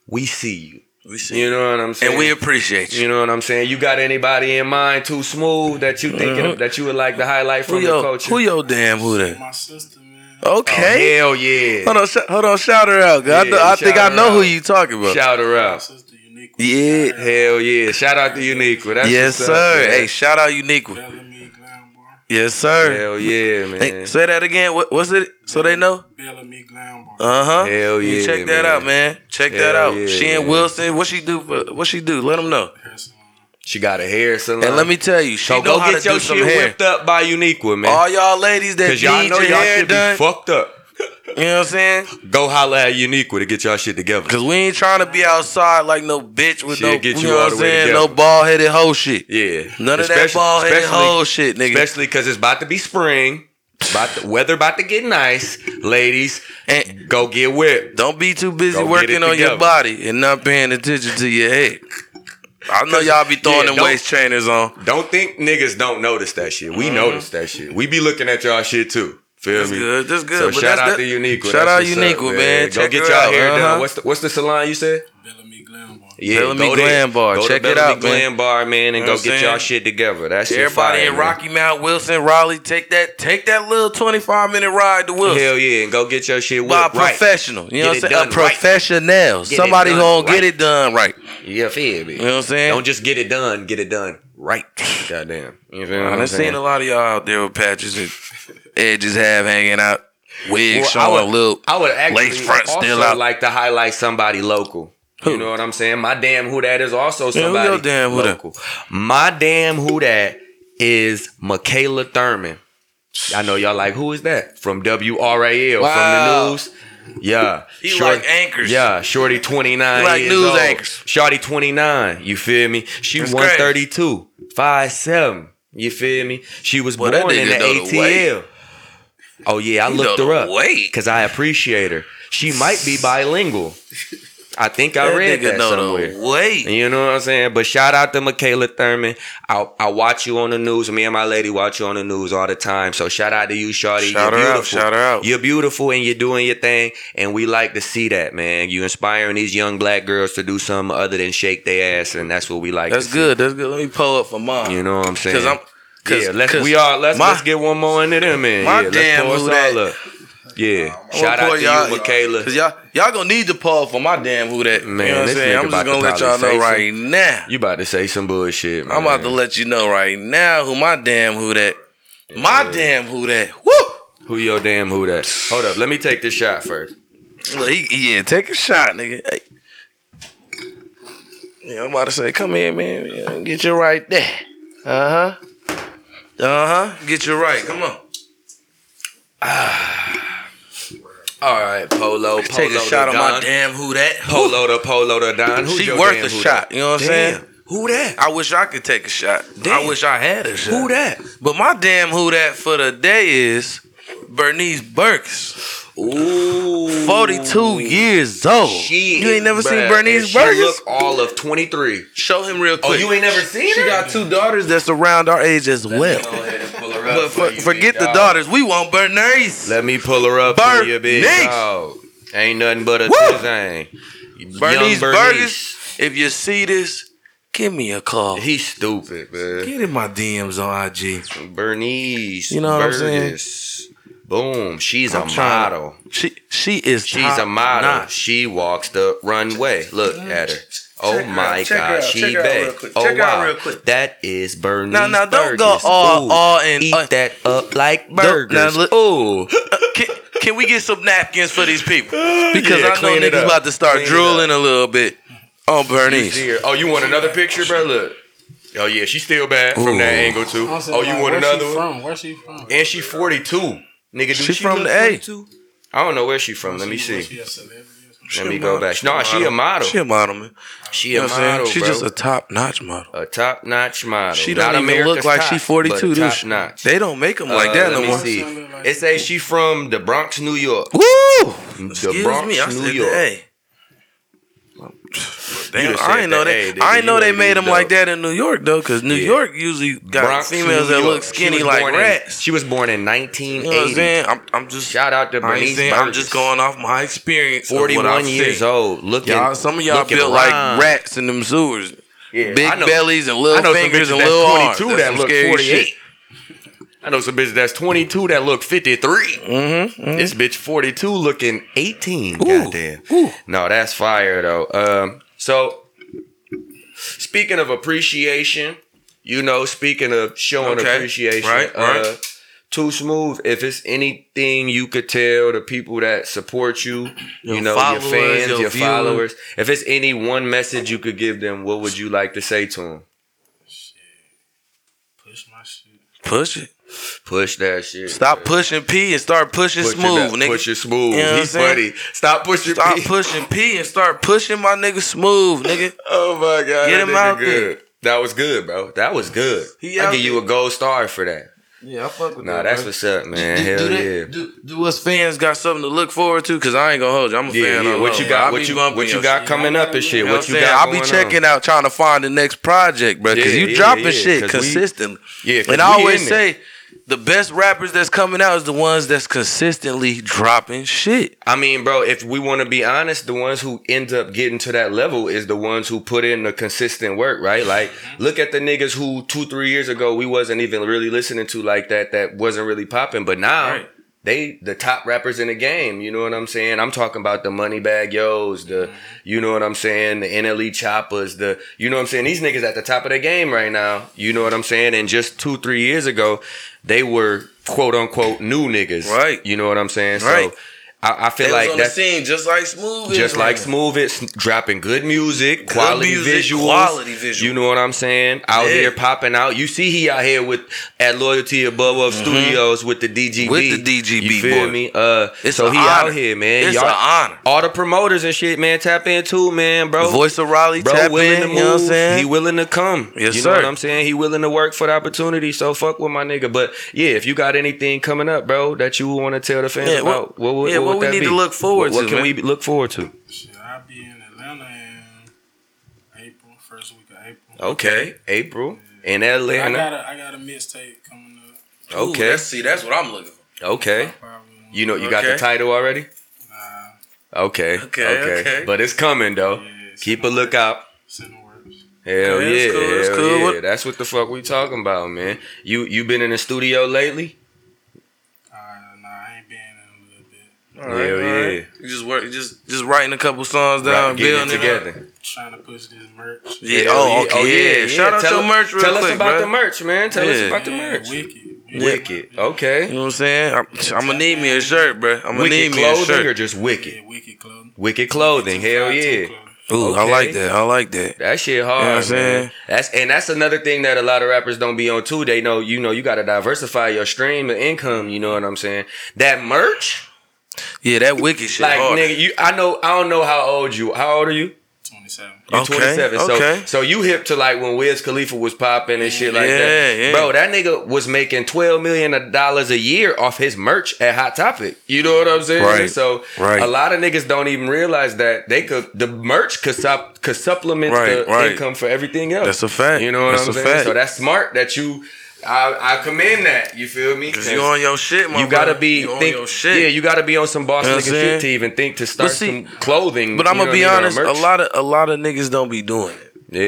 S1: we see you.
S2: We see.
S1: You know what I'm saying?
S2: And we appreciate you.
S1: You know what I'm saying? You got anybody in mind too smooth that you thinking of, that you would like to highlight from
S2: Mm-hmm. Who
S1: the
S2: yo,
S1: culture?
S2: who yo damn who that?
S3: My sister, man.
S1: Oh,
S2: Okay.
S1: hell yeah!
S2: Hold on, sh- hold on, shout her out. 'cause I,
S1: Yeah,
S2: know- I think
S1: shout
S2: I
S1: her
S2: know who
S1: out.
S2: you talking about.
S1: Shout her
S3: My
S1: out.
S3: sister, unique.
S2: Yeah.
S1: Hell Oh, yeah! Shout out to Uniqua. That's
S2: yes,
S1: what's
S2: sir.
S1: up, man.
S2: hey, shout out Uniqua.
S3: Bellamy Glam Bar.
S2: Yes, sir.
S1: hell yeah, man.
S2: Hey, say that again. What, what's it? So they know.
S3: Bellamy Glam Bar.
S2: Uh huh.
S1: Hell
S2: You
S1: yeah,
S2: check that
S1: man.
S2: out, man. Check that
S1: Hell
S2: out.
S1: yeah,
S2: she and
S1: man.
S2: Wilson. What she do? For, what she do? Let them know.
S3: Hair salon.
S1: she got a hair salon.
S2: And let me tell you, she
S1: so
S2: know
S1: go
S2: how
S1: get
S2: to
S1: your
S2: do some
S1: shit
S2: hair.
S1: whipped up by Uniqua, man.
S2: All y'all ladies that need
S1: Because y'all know
S2: your
S1: y'all
S2: hair
S1: should
S2: done,
S1: be fucked up.
S2: you know what I'm saying?
S1: Go holla at Uniqua to get y'all shit together.
S2: Cause we ain't trying to be outside like no bitch with
S1: She'll
S2: no,
S1: get
S2: you,
S1: you
S2: know
S1: all
S2: what I'm
S1: the way
S2: saying? No
S1: together.
S2: ball headed hoe shit.
S1: Yeah,
S2: None of that
S1: Especially-
S2: ball headed
S1: especially-
S2: hoe shit, nigga.
S1: especially because it's about to be spring. About the weather about to get nice, ladies.
S2: And
S1: Go get whipped.
S2: don't be too busy
S1: Go get
S2: working
S1: it
S2: on your
S1: together.
S2: body and not paying attention to your head. I know y'all be throwing
S1: yeah,
S2: them
S1: don't-
S2: waist trainers on.
S1: Don't think niggas don't notice that shit. We notice that shit. We be looking at y'all shit too. Feel
S2: Mm-hmm. That's
S1: me?
S2: good. That's good.
S1: So
S2: But
S1: shout
S2: that's-
S1: out to
S2: that-
S1: Uniqua.
S2: shout
S1: That's
S2: out
S1: what's
S2: Uniqua, man.
S1: Go
S2: Check
S1: get
S2: her
S1: y'all
S2: out.
S1: hair
S2: Uh-huh.
S1: done. What's the what's the salon you said?
S3: Bellamy Glam Bar.
S1: Yeah,
S2: Bellamy
S1: go there.
S2: Glam Bar.
S1: Go to
S2: Check it
S1: Bellamy
S2: out, man.
S1: Glam Bar, man, and
S2: know
S1: go
S2: what
S1: get
S2: I'm saying?
S1: y'all shit together. That's
S2: Everybody
S1: fire,
S2: in
S1: man.
S2: Rocky Mount, Wilson, Raleigh, take that take that little twenty five minute ride to Wilson.
S1: Hell yeah, and go get your shit
S2: by a
S1: whipped right.
S2: professional. You know
S1: Get
S2: what I'm
S1: it
S2: saying? A
S1: done right.
S2: professional.
S1: it
S2: Somebody who
S1: done
S2: gonna
S1: right.
S2: get it done right.
S1: Yeah, feel me?
S2: You know what I'm saying?
S1: Don't just get it done. Get it done right. Goddamn. You feel what
S2: I've
S1: I'm
S2: seen
S1: saying?
S2: a lot of y'all out there with patches and edges have hanging out, wigs
S1: Well,
S2: showing a little.
S1: I would actually
S2: lace front
S1: also
S2: still out.
S1: like to highlight somebody local.
S2: Who?
S1: You know what I'm saying? My damn who that is also
S2: who
S1: somebody
S2: your damn who that?
S1: local. My damn who that is Michaela Thurman. I know y'all like who is that from WRAL
S2: Wow.
S1: from the news. Yeah,
S2: He like anchors.
S1: Yeah, Shorty twenty nine.
S2: He like
S1: years
S2: news
S1: old.
S2: anchors.
S1: Shorty twenty nine. You feel me? She
S2: That's
S1: one thirty two, five seven. You feel me? She was
S2: Boy, that
S1: born in the
S2: nigga know the way.
S1: ATL. Oh yeah, I
S2: He know
S1: looked
S2: the
S1: her up
S2: way.
S1: because I appreciate her. She might be bilingual. I think I
S2: That
S1: read
S2: nigga
S1: that
S2: know the
S1: somewhere.
S2: weight.
S1: You know what I'm saying? But shout out to Michaela Thurman. I, I watch you on the news. Me and my lady watch you on the news all the time. So shout out to you, Shawty. You're
S2: Shout her out,
S1: beautiful.
S2: shout her out.
S1: You're beautiful and you're doing your thing. And we like to see that, man. You inspiring these young black girls to do something other than shake their ass, and that's what we like.
S2: That's
S1: to
S2: good. That's good. Let me pull up for mom.
S1: See. You know what I'm saying?
S2: Cause I'm. Cause,
S1: yeah, let's
S2: 'cause
S1: we all let's
S2: my-
S1: let's get one more into them, man.
S2: my
S1: yeah,
S2: damn
S1: let's
S2: who
S1: pull us
S2: that-
S1: all up. Yeah,
S2: I wanna
S1: shout out
S2: pull
S1: to you, Michaela.
S2: Cause y'all, y'all gonna need to pull for my damn who that.
S1: Man,
S2: you know what
S1: this
S2: I'm saying?
S1: nigga
S2: I'm
S1: about
S2: just gonna
S1: to
S2: let y'all
S1: probably
S2: know
S1: say
S2: right now.
S1: You about to say some bullshit, man.
S2: I'm about to let you know right now who my damn who that. My damn who that. Woo!
S1: Who your damn who that? Hold up, let me take this shot first.
S2: Look, he- he- yeah, take a shot, nigga. Hey. Yeah, I'm about to say, come here, man. Yeah, Get you right there. Uh huh. Uh huh. Get you right. Come on.
S1: All right, Polo, Polo
S2: Take a
S1: to
S2: shot on my
S1: Don.
S2: damn who that.
S1: Polo to Polo to Don. Who
S2: She
S1: your
S2: worth
S1: damn
S2: a
S1: who
S2: shot.
S1: that?
S2: You know what I'm
S1: Damn.
S2: saying?
S1: Who that?
S2: I wish I could take a shot.
S1: Damn.
S2: I wish I had a shot.
S1: Who that?
S2: But my damn who that for the day is Bernice Burks.
S1: Ooh,
S2: 42 years old.
S1: Shit,
S2: you ain't never
S1: bruh.
S2: seen
S1: And
S2: Bernice
S1: she
S2: Burks?
S1: look all of twenty three.
S2: Show him real
S1: Oh,
S2: quick.
S1: you ain't never seen
S2: she
S1: her?
S2: got two daughters that's around our age as well. But for, forget the daughters. We want Bernice.
S1: Let me pull her up for you, big
S2: Bernice.
S1: dog. Ain't nothing but a
S2: Woo.
S1: thing.
S2: Bernice, Burgers. If you see this, give me a call.
S1: He's stupid, man.
S2: Get in my DMs on IG.
S1: Bernice.
S2: You know what I'm saying?
S1: I'm saying? Boom. She's
S2: I'm
S1: a
S2: trying to-
S1: model.
S2: She she is
S1: She's a
S2: top
S1: model.
S2: notch.
S1: She walks the runway. Look at her. Oh
S2: Check her
S1: my
S2: out, check her
S1: God,
S2: out,
S1: she
S2: check her out
S1: bad.
S2: real quick,
S1: Oh
S2: check her out
S1: wow,
S2: real quick.
S1: that is Bernice.
S2: Now, now, don't go
S1: Burgess.
S2: all-
S1: Ooh,
S2: all in-
S1: Eat
S2: uh,
S1: that up like
S2: now
S1: burgers.
S2: look- uh,
S1: Ooh,
S2: can, can we get some napkins for these people? Because
S1: Yeah,
S2: I know
S1: clean it
S2: niggas
S1: up.
S2: about to start
S1: Clean it
S2: drooling a little bit on
S1: She's
S2: Bernice.
S1: here. Oh, you want another picture, bro? Look. Oh yeah, she's still bad from
S2: Ooh.
S1: that angle too.
S3: I'm saying,
S1: Oh, you
S3: like,
S1: want
S3: where
S1: another
S3: she
S1: one?
S3: From where's she from?
S1: And she 42. Nigga, do
S2: She
S1: she
S2: from
S1: look
S2: the A.
S1: 42? I don't know where she from. Let me
S3: She- was
S1: see.
S3: she a celebrity or something?
S1: Let me go back. No, she a model.
S2: She a model, man.
S1: She
S2: You
S1: a
S2: know what I'm saying?
S1: model,
S2: She's
S1: bro.
S2: just a top notch model.
S1: a top notch model.
S2: She
S1: Not
S2: don't even
S1: America's
S2: look like
S1: top,
S2: she 42.
S1: but
S2: do
S1: Top
S2: she?
S1: notch.
S2: They don't make them like
S1: Uh, let
S2: that no
S1: me
S2: more.
S1: see. It say she from the Bronx, New York.
S2: Woo!
S1: The
S2: Excuse
S1: Bronx,
S2: me, I
S1: New
S2: said,
S1: York.
S2: hey.
S1: done
S2: Damn, I
S1: said
S2: ain't know
S1: that,
S2: they.
S1: hey, nigga,
S2: I ain't
S1: you
S2: know they
S1: ain't
S2: made
S1: even
S2: them like
S1: know.
S2: that in New York though, because New
S1: Yeah.
S2: York usually got
S1: Bronx,
S2: females
S1: New
S2: that
S1: York.
S2: look
S1: She
S2: skinny
S1: was
S2: like
S1: born in-
S2: rats.
S1: she was born in
S2: you know what I'm
S1: 1980.
S2: saying? I'm, I'm just
S1: Shout out to
S2: I ain't
S1: Bernice.
S2: saying, I'm
S1: Burgess.
S2: just going off my experience. of what
S1: 41
S2: I've
S1: years
S2: seen.
S1: old. Looking,
S2: Y'all, some of y'all
S1: looking
S2: built
S1: round.
S2: like rats in them sewers.
S1: Yeah, I
S2: Big
S1: know-
S2: bellies and
S1: I
S2: little
S1: know some
S2: fingers
S1: bitches
S2: and
S1: that's
S2: little arms.
S1: 22
S2: That's
S1: that
S2: some
S1: look
S2: scary
S1: 48.
S2: shit.
S1: I know some bitches that's 22 that look 53.
S2: Mm-hmm,
S1: This bitch 42 looking 18. Goddamn. No, that's fire though. Um, so speaking of appreciation, you know, speaking of showing
S2: Okay.
S1: appreciation,
S2: Right, right.
S1: Uh, too smooth. If it's anything you could tell the people that support you, you
S2: Your
S1: know, your
S2: followers,
S1: fans, your,
S2: your viewers.
S1: followers. If it's any one message you could give them, what would you like to say to them?
S3: Push my shit.
S2: Push it.
S1: Push that shit.
S2: Stop
S1: man.
S2: pushing P and start pushing
S1: Push it
S2: smooth,
S1: back.
S2: nigga.
S1: Push it smooth.
S2: You know what I'm
S1: He's
S2: saying?
S1: funny. Stop pushing.
S2: Stop
S1: P.
S2: pushing P and start pushing my nigga smooth, nigga.
S1: Oh my god,
S2: Get
S1: that
S2: him
S1: nigga
S2: out there.
S1: good. That was good, bro. That was good.
S2: He
S1: I
S2: out
S1: give you a gold star for that.
S2: Yeah, I fuck with
S1: Nah, that's what's up, man. Hell
S2: do,
S1: yeah.
S2: that- do, do us fans got something to look forward to? Cause I ain't gonna hold you. I'm a
S1: yeah,
S2: fan.
S1: yeah.
S2: all
S1: What
S2: over.
S1: you
S2: I'll
S1: got?
S2: be
S1: What you,
S2: bumping
S1: what
S2: your
S1: you got
S2: shit.
S1: coming up and shit?
S2: You know
S1: What you
S2: I'm saying?
S1: got?
S2: I'll be
S1: going
S2: checking
S1: on?
S2: out trying to find the next project, bro. Cause
S1: Yeah,
S2: you
S1: yeah,
S2: dropping
S1: yeah,
S2: shit
S1: 'cause we-
S2: consistently.
S1: Yeah, 'cause
S2: and I
S1: we
S2: always
S1: in there.
S2: say the best rappers that's coming out is the ones that's consistently dropping shit.
S1: I mean, bro, if we want to be honest, the ones who end up getting to that level is the ones who put in the consistent work, right? Like,
S2: Mm-hmm.
S1: look at the niggas who two, three years ago we wasn't even really listening to like that, that wasn't really popping, but now.
S2: Right.
S1: They the top rappers in the game, you know what I'm saying? I'm talking about the money bag yo's, the
S2: Mm-hmm.
S1: you know what I'm saying, the NLE choppers, the you know what I'm saying? These niggas at the top of their game right now. You know what I'm saying? And just two, three years ago, they were quote unquote new niggas.
S2: Right.
S1: You know what I'm saying?
S2: Right.
S1: So I, I feel
S2: They was
S1: like
S2: on the
S1: that's
S2: scene just like smooth. is
S1: just
S2: right
S1: like
S2: now.
S1: Smooth It's dropping good music, quality
S2: music,
S1: visuals.
S2: quality visuals.
S1: You know what I'm saying? Out
S2: Yeah.
S1: here popping out. You see he out here with at Loyalty Above Up Studios with the DGB.
S2: Mm-hmm. With the DGB,
S1: You feel
S2: boy.
S1: me? Uh
S2: It's
S1: so
S2: a
S1: he
S2: honor.
S1: out here, man.
S2: It's
S1: Y'all-
S2: an honor.
S1: All the promoters and shit, man, tap in too, man, bro.
S2: Voice of Raleigh,
S1: Bro
S2: tap
S1: willing
S2: in.
S1: to move,
S2: You know what I'm saying?
S1: he willing to come.
S2: Yes,
S1: you know what
S2: sir.
S1: I'm saying? He willing to work for the opportunity. So fuck with my nigga. But yeah, if you got anything coming up, bro, that you want to tell the fans
S2: Yeah, what-
S1: about, what, would-
S2: yeah,
S1: what
S2: what
S1: would
S2: we
S1: that
S2: need to
S1: be?
S2: look forward
S1: What-
S2: to,
S1: What can
S2: man?
S1: we look forward to?
S3: Shit, I'll be in Atlanta
S1: Okay, April in
S3: I
S1: Oh, Atlanta.
S3: got a I got a mixtape coming up.
S2: Ooh,
S1: Okay.
S2: that's- see, that's what I'm looking for.
S1: Okay,
S3: Probably. won't-
S1: you know you got the
S2: Okay.
S1: title already.
S3: Nah,
S1: Okay,
S2: Okay,
S1: okay,
S2: okay.
S1: but it's coming though.
S3: Yeah, it's
S1: Keep a
S3: coming.
S1: lookout.
S3: it's in the works.
S1: Hell
S2: Okay,
S1: yeah,
S2: that's cool, that's
S1: hell
S2: cool.
S1: yeah.
S2: What-
S1: That's what the fuck we talking about, man. You you been in the studio lately?
S3: Uh, nah, I ain't been in a little bit.
S2: All right,
S1: Hell
S2: all right.
S1: yeah.
S2: You just work, you just just writing a couple songs down,
S1: Right, getting
S2: Uh,
S1: it
S2: building it up.
S1: together.
S3: Trying to push this merch.
S2: Yeah.
S1: Hell
S2: Oh, okay. yeah. Shout out
S1: Tell
S2: your
S1: us-
S2: merch real
S1: Tell
S2: quick,
S1: us about
S2: bruh.
S1: the merch, man. Tell us
S2: Yeah.
S1: about the
S3: Man,
S1: merch.
S3: Wicked.
S1: Wicked. Oh,
S2: You
S1: Okay.
S2: know what I'm saying? I'm, I'm gonna need me a shirt, bro. I'm gonna
S1: Wicked
S2: need me a
S1: clothing or
S2: shirt.
S1: just
S3: Yeah,
S1: wicked?
S3: wicked clothing.
S1: Wicked clothing. Hell yeah.
S2: Ooh, I
S1: Okay.
S2: like that. I like that.
S1: That shit hard,
S2: You know what I'm
S1: man.
S2: saying?
S1: That's and that's another thing that a lot of rappers don't be on too. They know you know you got to diversify your stream of income. You know what I'm saying? That merch,
S2: Yeah, that wicked shit.
S1: like
S2: hard.
S1: nigga, you I know I don't know how old you. How old are you?
S3: Twenty seven.
S1: You're
S2: Okay,
S1: 27. So,
S2: okay.
S1: so you hip to like when Wiz Khalifa was popping and shit like that.
S2: Yeah, yeah.
S1: Bro, that nigga was making $12 million dollars a year off his merch at Hot Topic. You know what I'm saying?
S2: Right,
S1: So
S2: right.
S1: a lot of niggas don't even realize that they could, the merch could, sup, could supplement
S2: Right,
S1: the
S2: right.
S1: income for everything else.
S2: That's a fact.
S1: You know what
S2: That's
S1: I'm
S2: a
S1: saying?
S2: fact.
S1: So that's smart that you, I, I commend that. You feel me?
S2: 'Cause you on your shit, my
S1: You gotta
S2: brother.
S1: be
S2: you on
S1: think,
S2: your shit.
S1: yeah. You gotta be on some boss
S2: You know
S1: nigga
S2: what I'm saying?
S1: shit to even think to start
S2: see-
S1: some clothing.
S2: but
S1: you
S2: I'm
S1: know
S2: gonna be
S1: what I mean, or
S2: honest. A
S1: merch.
S2: lot of a lot of niggas don't be doing it.
S1: yeah.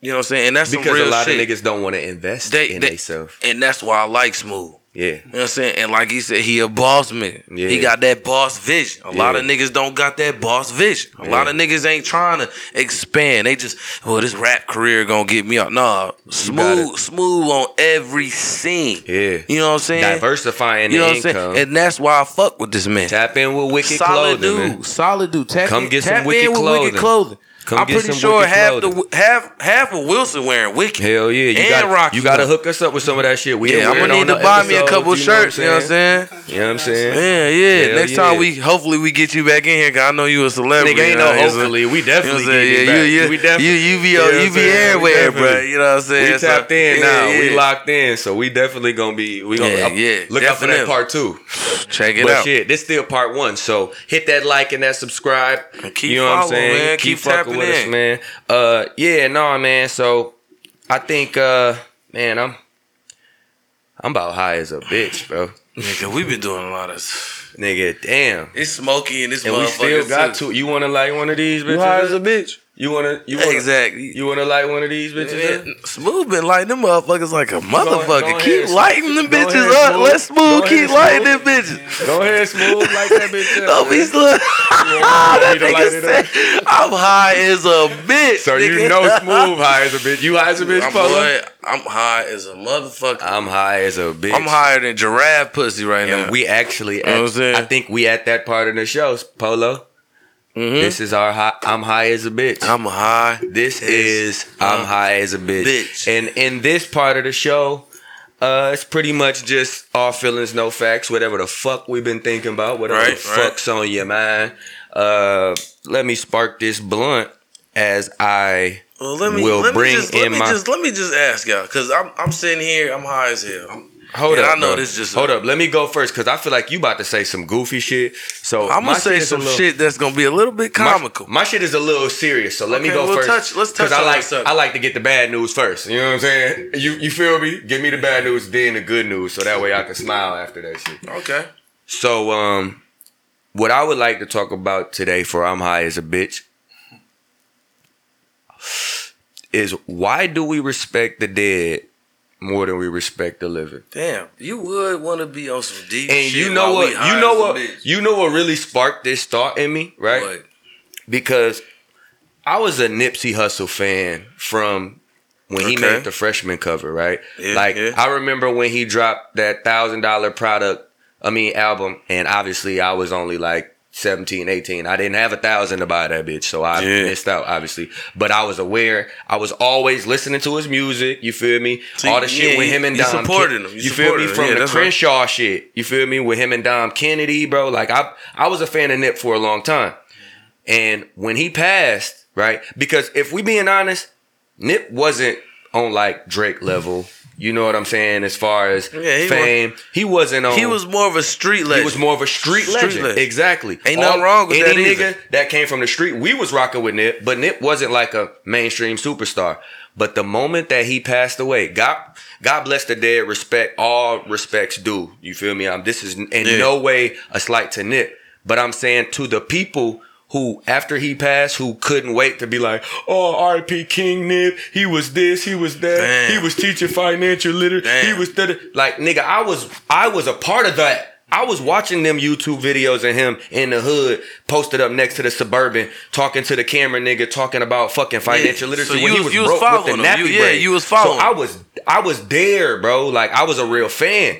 S2: You know what I'm saying? And that's some
S1: because
S2: real
S1: a lot of
S2: shit.
S1: niggas don't want to invest
S2: They-
S1: in
S2: they-
S1: themselves.
S2: and that's why I like Smooth.
S1: Yeah,
S2: You know what I'm saying? And like he said, he a boss man.
S1: Yeah.
S2: He got that boss vision. A lot of
S1: Yeah.
S2: niggas don't got that boss vision. A lot of niggas ain't trying to expand. They just, well, this rap career gonna get me out. Nah, smooth, smooth on every scene.
S1: yeah.
S2: You know what I'm saying?
S1: Diversifying
S2: You know
S1: the
S2: what I'm
S1: income.
S2: saying? And that's why I fuck with this man.
S1: Tap in with wicked clothing,
S2: solid dude,
S1: man.
S2: solid dude. Tap
S1: Come
S2: in-
S1: get some
S2: tap
S1: Wicked
S2: in with
S1: clothing.
S2: wicked clothing.
S1: Come
S2: I'm
S1: get
S2: pretty
S1: some
S2: sure
S1: Wicked
S2: half
S1: clothing.
S2: the half half of Wilson wearing wicked.
S1: Hell yeah, you
S2: And
S1: got
S2: Rocky
S1: you got to
S2: Top.
S1: hook us up with some of that shit. We
S2: yeah,
S1: didn't
S2: I'm
S1: wear it
S2: gonna
S1: on
S2: need to
S1: the
S2: buy me a
S1: episodes,
S2: couple
S1: you know what I'm
S2: shirts. You know what I'm saying?
S1: You know what I'm saying?
S2: Yeah, yeah.
S1: Hell
S2: Next
S1: yeah.
S2: time we hopefully we get you back in here. Cause I know you a celebrity.
S1: Nigga, ain't
S2: you
S1: no
S2: know, it's a-
S1: hopefully. We
S2: You know what
S1: definitely
S2: I'm saying?
S1: get it
S2: Yeah, you,
S1: back.
S2: you,
S1: we definitely,
S2: you, you be,
S1: You know
S2: on-
S1: what I'm
S2: you be
S1: saying? We
S2: everywhere,
S1: definitely-
S2: bro. You know what I'm saying?
S1: we
S2: So,
S1: tapped in
S2: yeah,
S1: now. We
S2: yeah.
S1: locked in, so we definitely gonna be. We gonna
S2: Yeah,
S1: I'm-
S2: yeah,
S1: Look out for that
S2: definitely.
S1: part two.
S2: Check it
S1: but
S2: out.
S1: shit, this still part one. So hit that like and that subscribe.
S2: And keep
S1: you know what I'm
S2: following,
S1: saying?
S2: man.
S1: Keep,
S2: Keep
S1: fucking
S2: tapping
S1: with us,
S2: in.
S1: man. Uh, yeah, no, man. So I think, uh, man, I'm I'm about high as a bitch, bro.
S2: Nigga, we've been doing a lot of.
S1: Nigga, damn.
S2: It's smoky in this
S1: And
S2: motherfucker.
S1: we still got
S2: too.
S1: to. You want to light one of these
S2: You high as
S1: bitches?
S2: a
S1: up?
S2: bitch.
S1: You wanna you wanna
S2: Exactly.
S1: you wanna light one of these bitches? up?
S2: Man, Smooth been lighting them motherfuckers like a motherfucker.
S1: go
S2: keep
S1: ahead,
S2: lighting them
S1: Go
S2: bitches
S1: ahead,
S2: up.
S1: Smooth.
S2: Let's
S1: Go
S2: smooth keep
S1: ahead,
S2: lighting them
S1: Smooth.
S2: bitches.
S1: Go ahead, smooth, light that bitch up.
S2: Don't be slow. that
S1: you to light
S2: nigga
S1: it up.
S2: said, I'm high as a bitch.
S1: So you
S2: nigga.
S1: know smooth high as a bitch. You high as a bitch,
S2: I'm,
S1: Polo?
S2: boy, I'm high as a motherfucker.
S1: I'm high as a bitch.
S2: I'm higher than giraffe pussy right
S1: And
S2: now.
S1: we actually,
S2: know what I'm saying?
S1: I think we at that part of the show, Polo.
S2: Mhm.
S1: This is our high, I'm high as a bitch.
S2: I'm high.
S1: this
S2: is
S1: is I'm
S2: a
S1: high as a bitch.
S2: bitch.
S1: And in this part of the show, uh, it's pretty much just all feelings, no facts, whatever the fuck we've been thinking about, whatever the
S2: Right, right.
S1: fuck's on your mind. Uh, let me spark this blunt as I
S2: Well, let me,
S1: will
S2: let me
S1: bring
S2: just, let
S1: in
S2: me
S1: my-
S2: just let me just ask y'all because I'm I'm sitting here. I'm high as hell. I'm,
S1: Hold
S2: And
S1: up.
S2: I know
S1: bro.
S2: this just-
S1: Hold up. Let me go first because I feel like you about to say some goofy shit. So
S2: I'm
S1: my
S2: gonna say
S1: is a
S2: some
S1: little-
S2: shit that's gonna be a little bit
S1: My-
S2: comical.
S1: My, shit is a little serious, so let me
S2: Okay,
S1: go
S2: we'll
S1: first.
S2: touch- let's touch
S1: 'Cause I
S2: on
S1: like
S2: that subject.
S1: I like to get the bad news first. You know what I'm saying? You you feel me? Give me the bad news, then the good news, so that way I can smile after that shit.
S2: okay.
S1: So um, what I would like to talk about today for I'm high as a bitch is why do we respect the dead more than we respect the living?
S2: Damn, you would want to be on some deep.
S1: And
S2: shit
S1: you know
S2: while
S1: what?
S2: we high
S1: You know
S2: as a
S1: what?
S2: bitch.
S1: You know what really sparked this thought in me, right?
S2: What?
S1: because I was a Nipsey Hussle fan from when he
S2: Okay.
S1: made the freshman cover, right?
S2: Yeah,
S1: like
S2: yeah.
S1: I remember when he dropped that thousand dollar product, I mean album, and obviously I was only like 17, 18. I didn't have a thousand to buy that bitch, so I
S2: Yeah.
S1: missed out, obviously. But I was aware. I was always listening to his music. You feel me?
S2: So
S1: All
S2: you-
S1: the shit
S2: yeah,
S1: with
S2: you-
S1: him and
S2: you
S1: Dom.
S2: supported
S1: Ken-
S2: him.
S1: You,
S2: You
S1: feel me?
S2: supported him.
S1: From
S2: Yeah,
S1: the
S2: that's right.
S1: Crenshaw shit. You feel me? With him and Dom Kennedy, bro. Like I, I was a fan of Nip for a long time. And when he passed, right? Because if we being honest, Nip wasn't on like Drake level. You know what I'm saying? As far as
S2: Yeah, he
S1: fame, he wasn't on.
S2: He was more of a street legend.
S1: He was more of a street,
S2: Street
S1: legend.
S2: legend.
S1: Exactly.
S2: Ain't nothing wrong with
S1: any
S2: that either.
S1: nigga that came from the street. We was rocking with Nip, but Nip wasn't like a mainstream superstar. But the moment that he passed away, God, God bless the dead. Respect all respects due. You feel me? I'm, this is in
S2: Yeah.
S1: no way a slight to Nip, but I'm saying to the people who, after he passed, who couldn't wait to be like, "Oh, R.I.P. King Nip. He was this. He was that.
S2: Damn.
S1: He was teaching financial literacy. He
S2: Damn.
S1: was that." Like nigga, I was, I was a part of that. I was watching them YouTube videos of him in the hood, posted up next to the suburban, talking to the camera nigga, talking about fucking financial
S2: Yeah,
S1: literacy
S2: so
S1: when
S2: you
S1: he
S2: was-
S1: was
S2: you was
S1: broke with
S2: following
S1: the nappy
S2: him. You- yeah,
S1: braid.
S2: you was following
S1: So I
S2: him.
S1: was, I was there, bro. Like I was a real fan.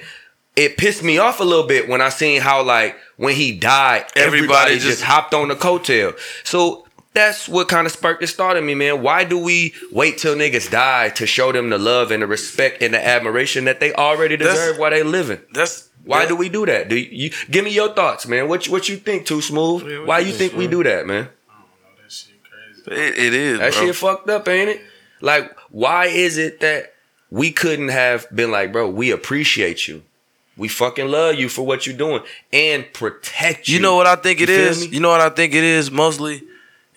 S1: It pissed me off a little bit when I seen how like when he died, everybody,
S2: Everybody
S1: just,
S2: just-
S1: hopped on the coattail. So. That's what kind of sparked this thought in me, man. Why do we wait till niggas die to show them the love and the respect and the admiration that they already
S2: That's-
S1: deserve while they living?
S2: That's
S1: Why
S2: that-
S1: do we do that? Do you, you give me your thoughts, man? What you- what you think, Too Smooth?
S3: Yeah, what
S1: Why
S3: you
S1: you
S3: think,
S1: think we do that, man?
S3: Oh, that shit crazy.
S2: It, it is.
S1: That
S2: bro.
S1: shit fucked up, ain't it? Like, why is it that we couldn't have been like, bro, we appreciate you, we fucking love you for what you're doing, and protect you.
S2: You know what I think it
S1: You feel
S2: is?
S1: me?
S2: You know what I think it is mostly?